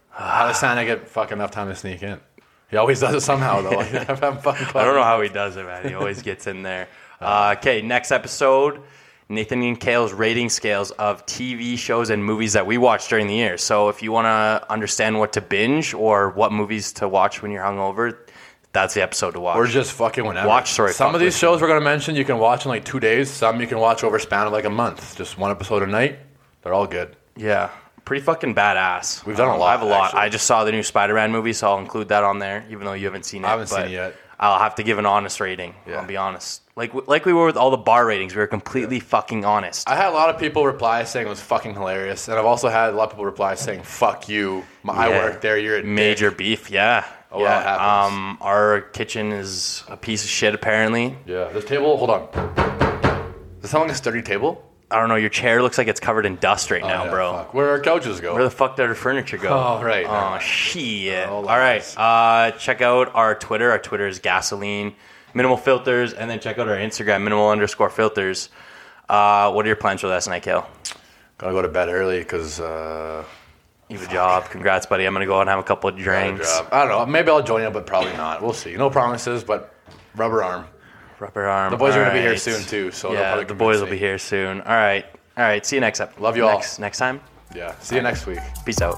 S2: How does Santa get fucking enough time to sneak in? He always does it somehow though. Like, I'm fucking
S1: I don't know how he does it, man. He always gets in there. Uh, okay, next episode. Nathan and Kale's rating scales of TV shows and movies that we watch during the year. So if you want to understand what to binge or what movies to watch when you're hungover, that's the episode to watch.
S2: Or just fucking whenever.
S1: Watch, sorry,
S2: Some
S1: fuck
S2: of these
S1: listen.
S2: shows we're gonna mention you can watch in like two days. Some you can watch over a span of like a month. Just one episode a night. They're all good.
S1: Yeah. Pretty fucking badass.
S2: We've done a
S1: Um,
S2: lot,
S1: I have a lot.
S2: actually.
S1: I just saw the new Spider Man movie, so I'll include that on there, even though you haven't seen it. I
S2: haven't seen it yet.
S1: I'll have to give an honest rating.
S2: Yeah.
S1: I'll be honest. Like like we were with all the bar ratings, we were completely fucking honest.
S2: I had a lot of people reply saying it was fucking hilarious, and I've also had a lot of people reply saying "fuck you." My, I
S1: Yeah.
S2: work there. You're a
S1: Major beef, yeah.
S2: Oh,
S1: yeah.
S2: that happens.
S1: Um, our kitchen is a piece of shit, apparently.
S2: dick. Yeah. This table. Hold on. Is this sound like a sturdy table?
S1: I don't know. Your chair looks like it's covered in dust right now,
S2: Oh, Yeah,
S1: bro.
S2: fuck. Where our couches go?
S1: Where the fuck did our furniture go?
S2: Oh, right.
S1: Oh shit.
S2: Oh,
S1: All right.
S2: lies.
S1: Uh, check out our Twitter. Our Twitter is gasoline minimal filters, and then check out our Instagram minimal underscore filters. Uh, what are your plans for last night, Kale?
S2: Gotta go to bed early because uh,
S1: You have a job. Congrats, buddy. I'm gonna go out and have a couple of
S2: I have a
S1: drinks.
S2: job. I don't know. Maybe I'll join you, but probably not. We'll see. No promises, but rubber arm.
S1: Rubber arm.
S2: The boys are gonna be here
S1: Alright.
S2: soon too. So they'll
S1: Yeah,
S2: probably
S1: the boys
S2: convince
S1: will be
S2: me.
S1: here soon. All right. All right. See you next up.
S2: Love you all.
S1: next, Next time.
S2: Yeah. See you next week.
S1: Peace out.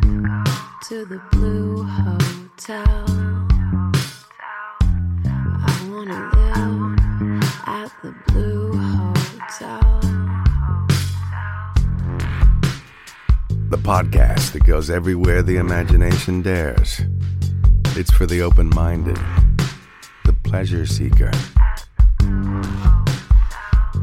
S5: to the blue hotel. I wanna live at the blue hotel.
S6: The podcast that goes everywhere the imagination dares. It's for the open minded, the pleasure seeker.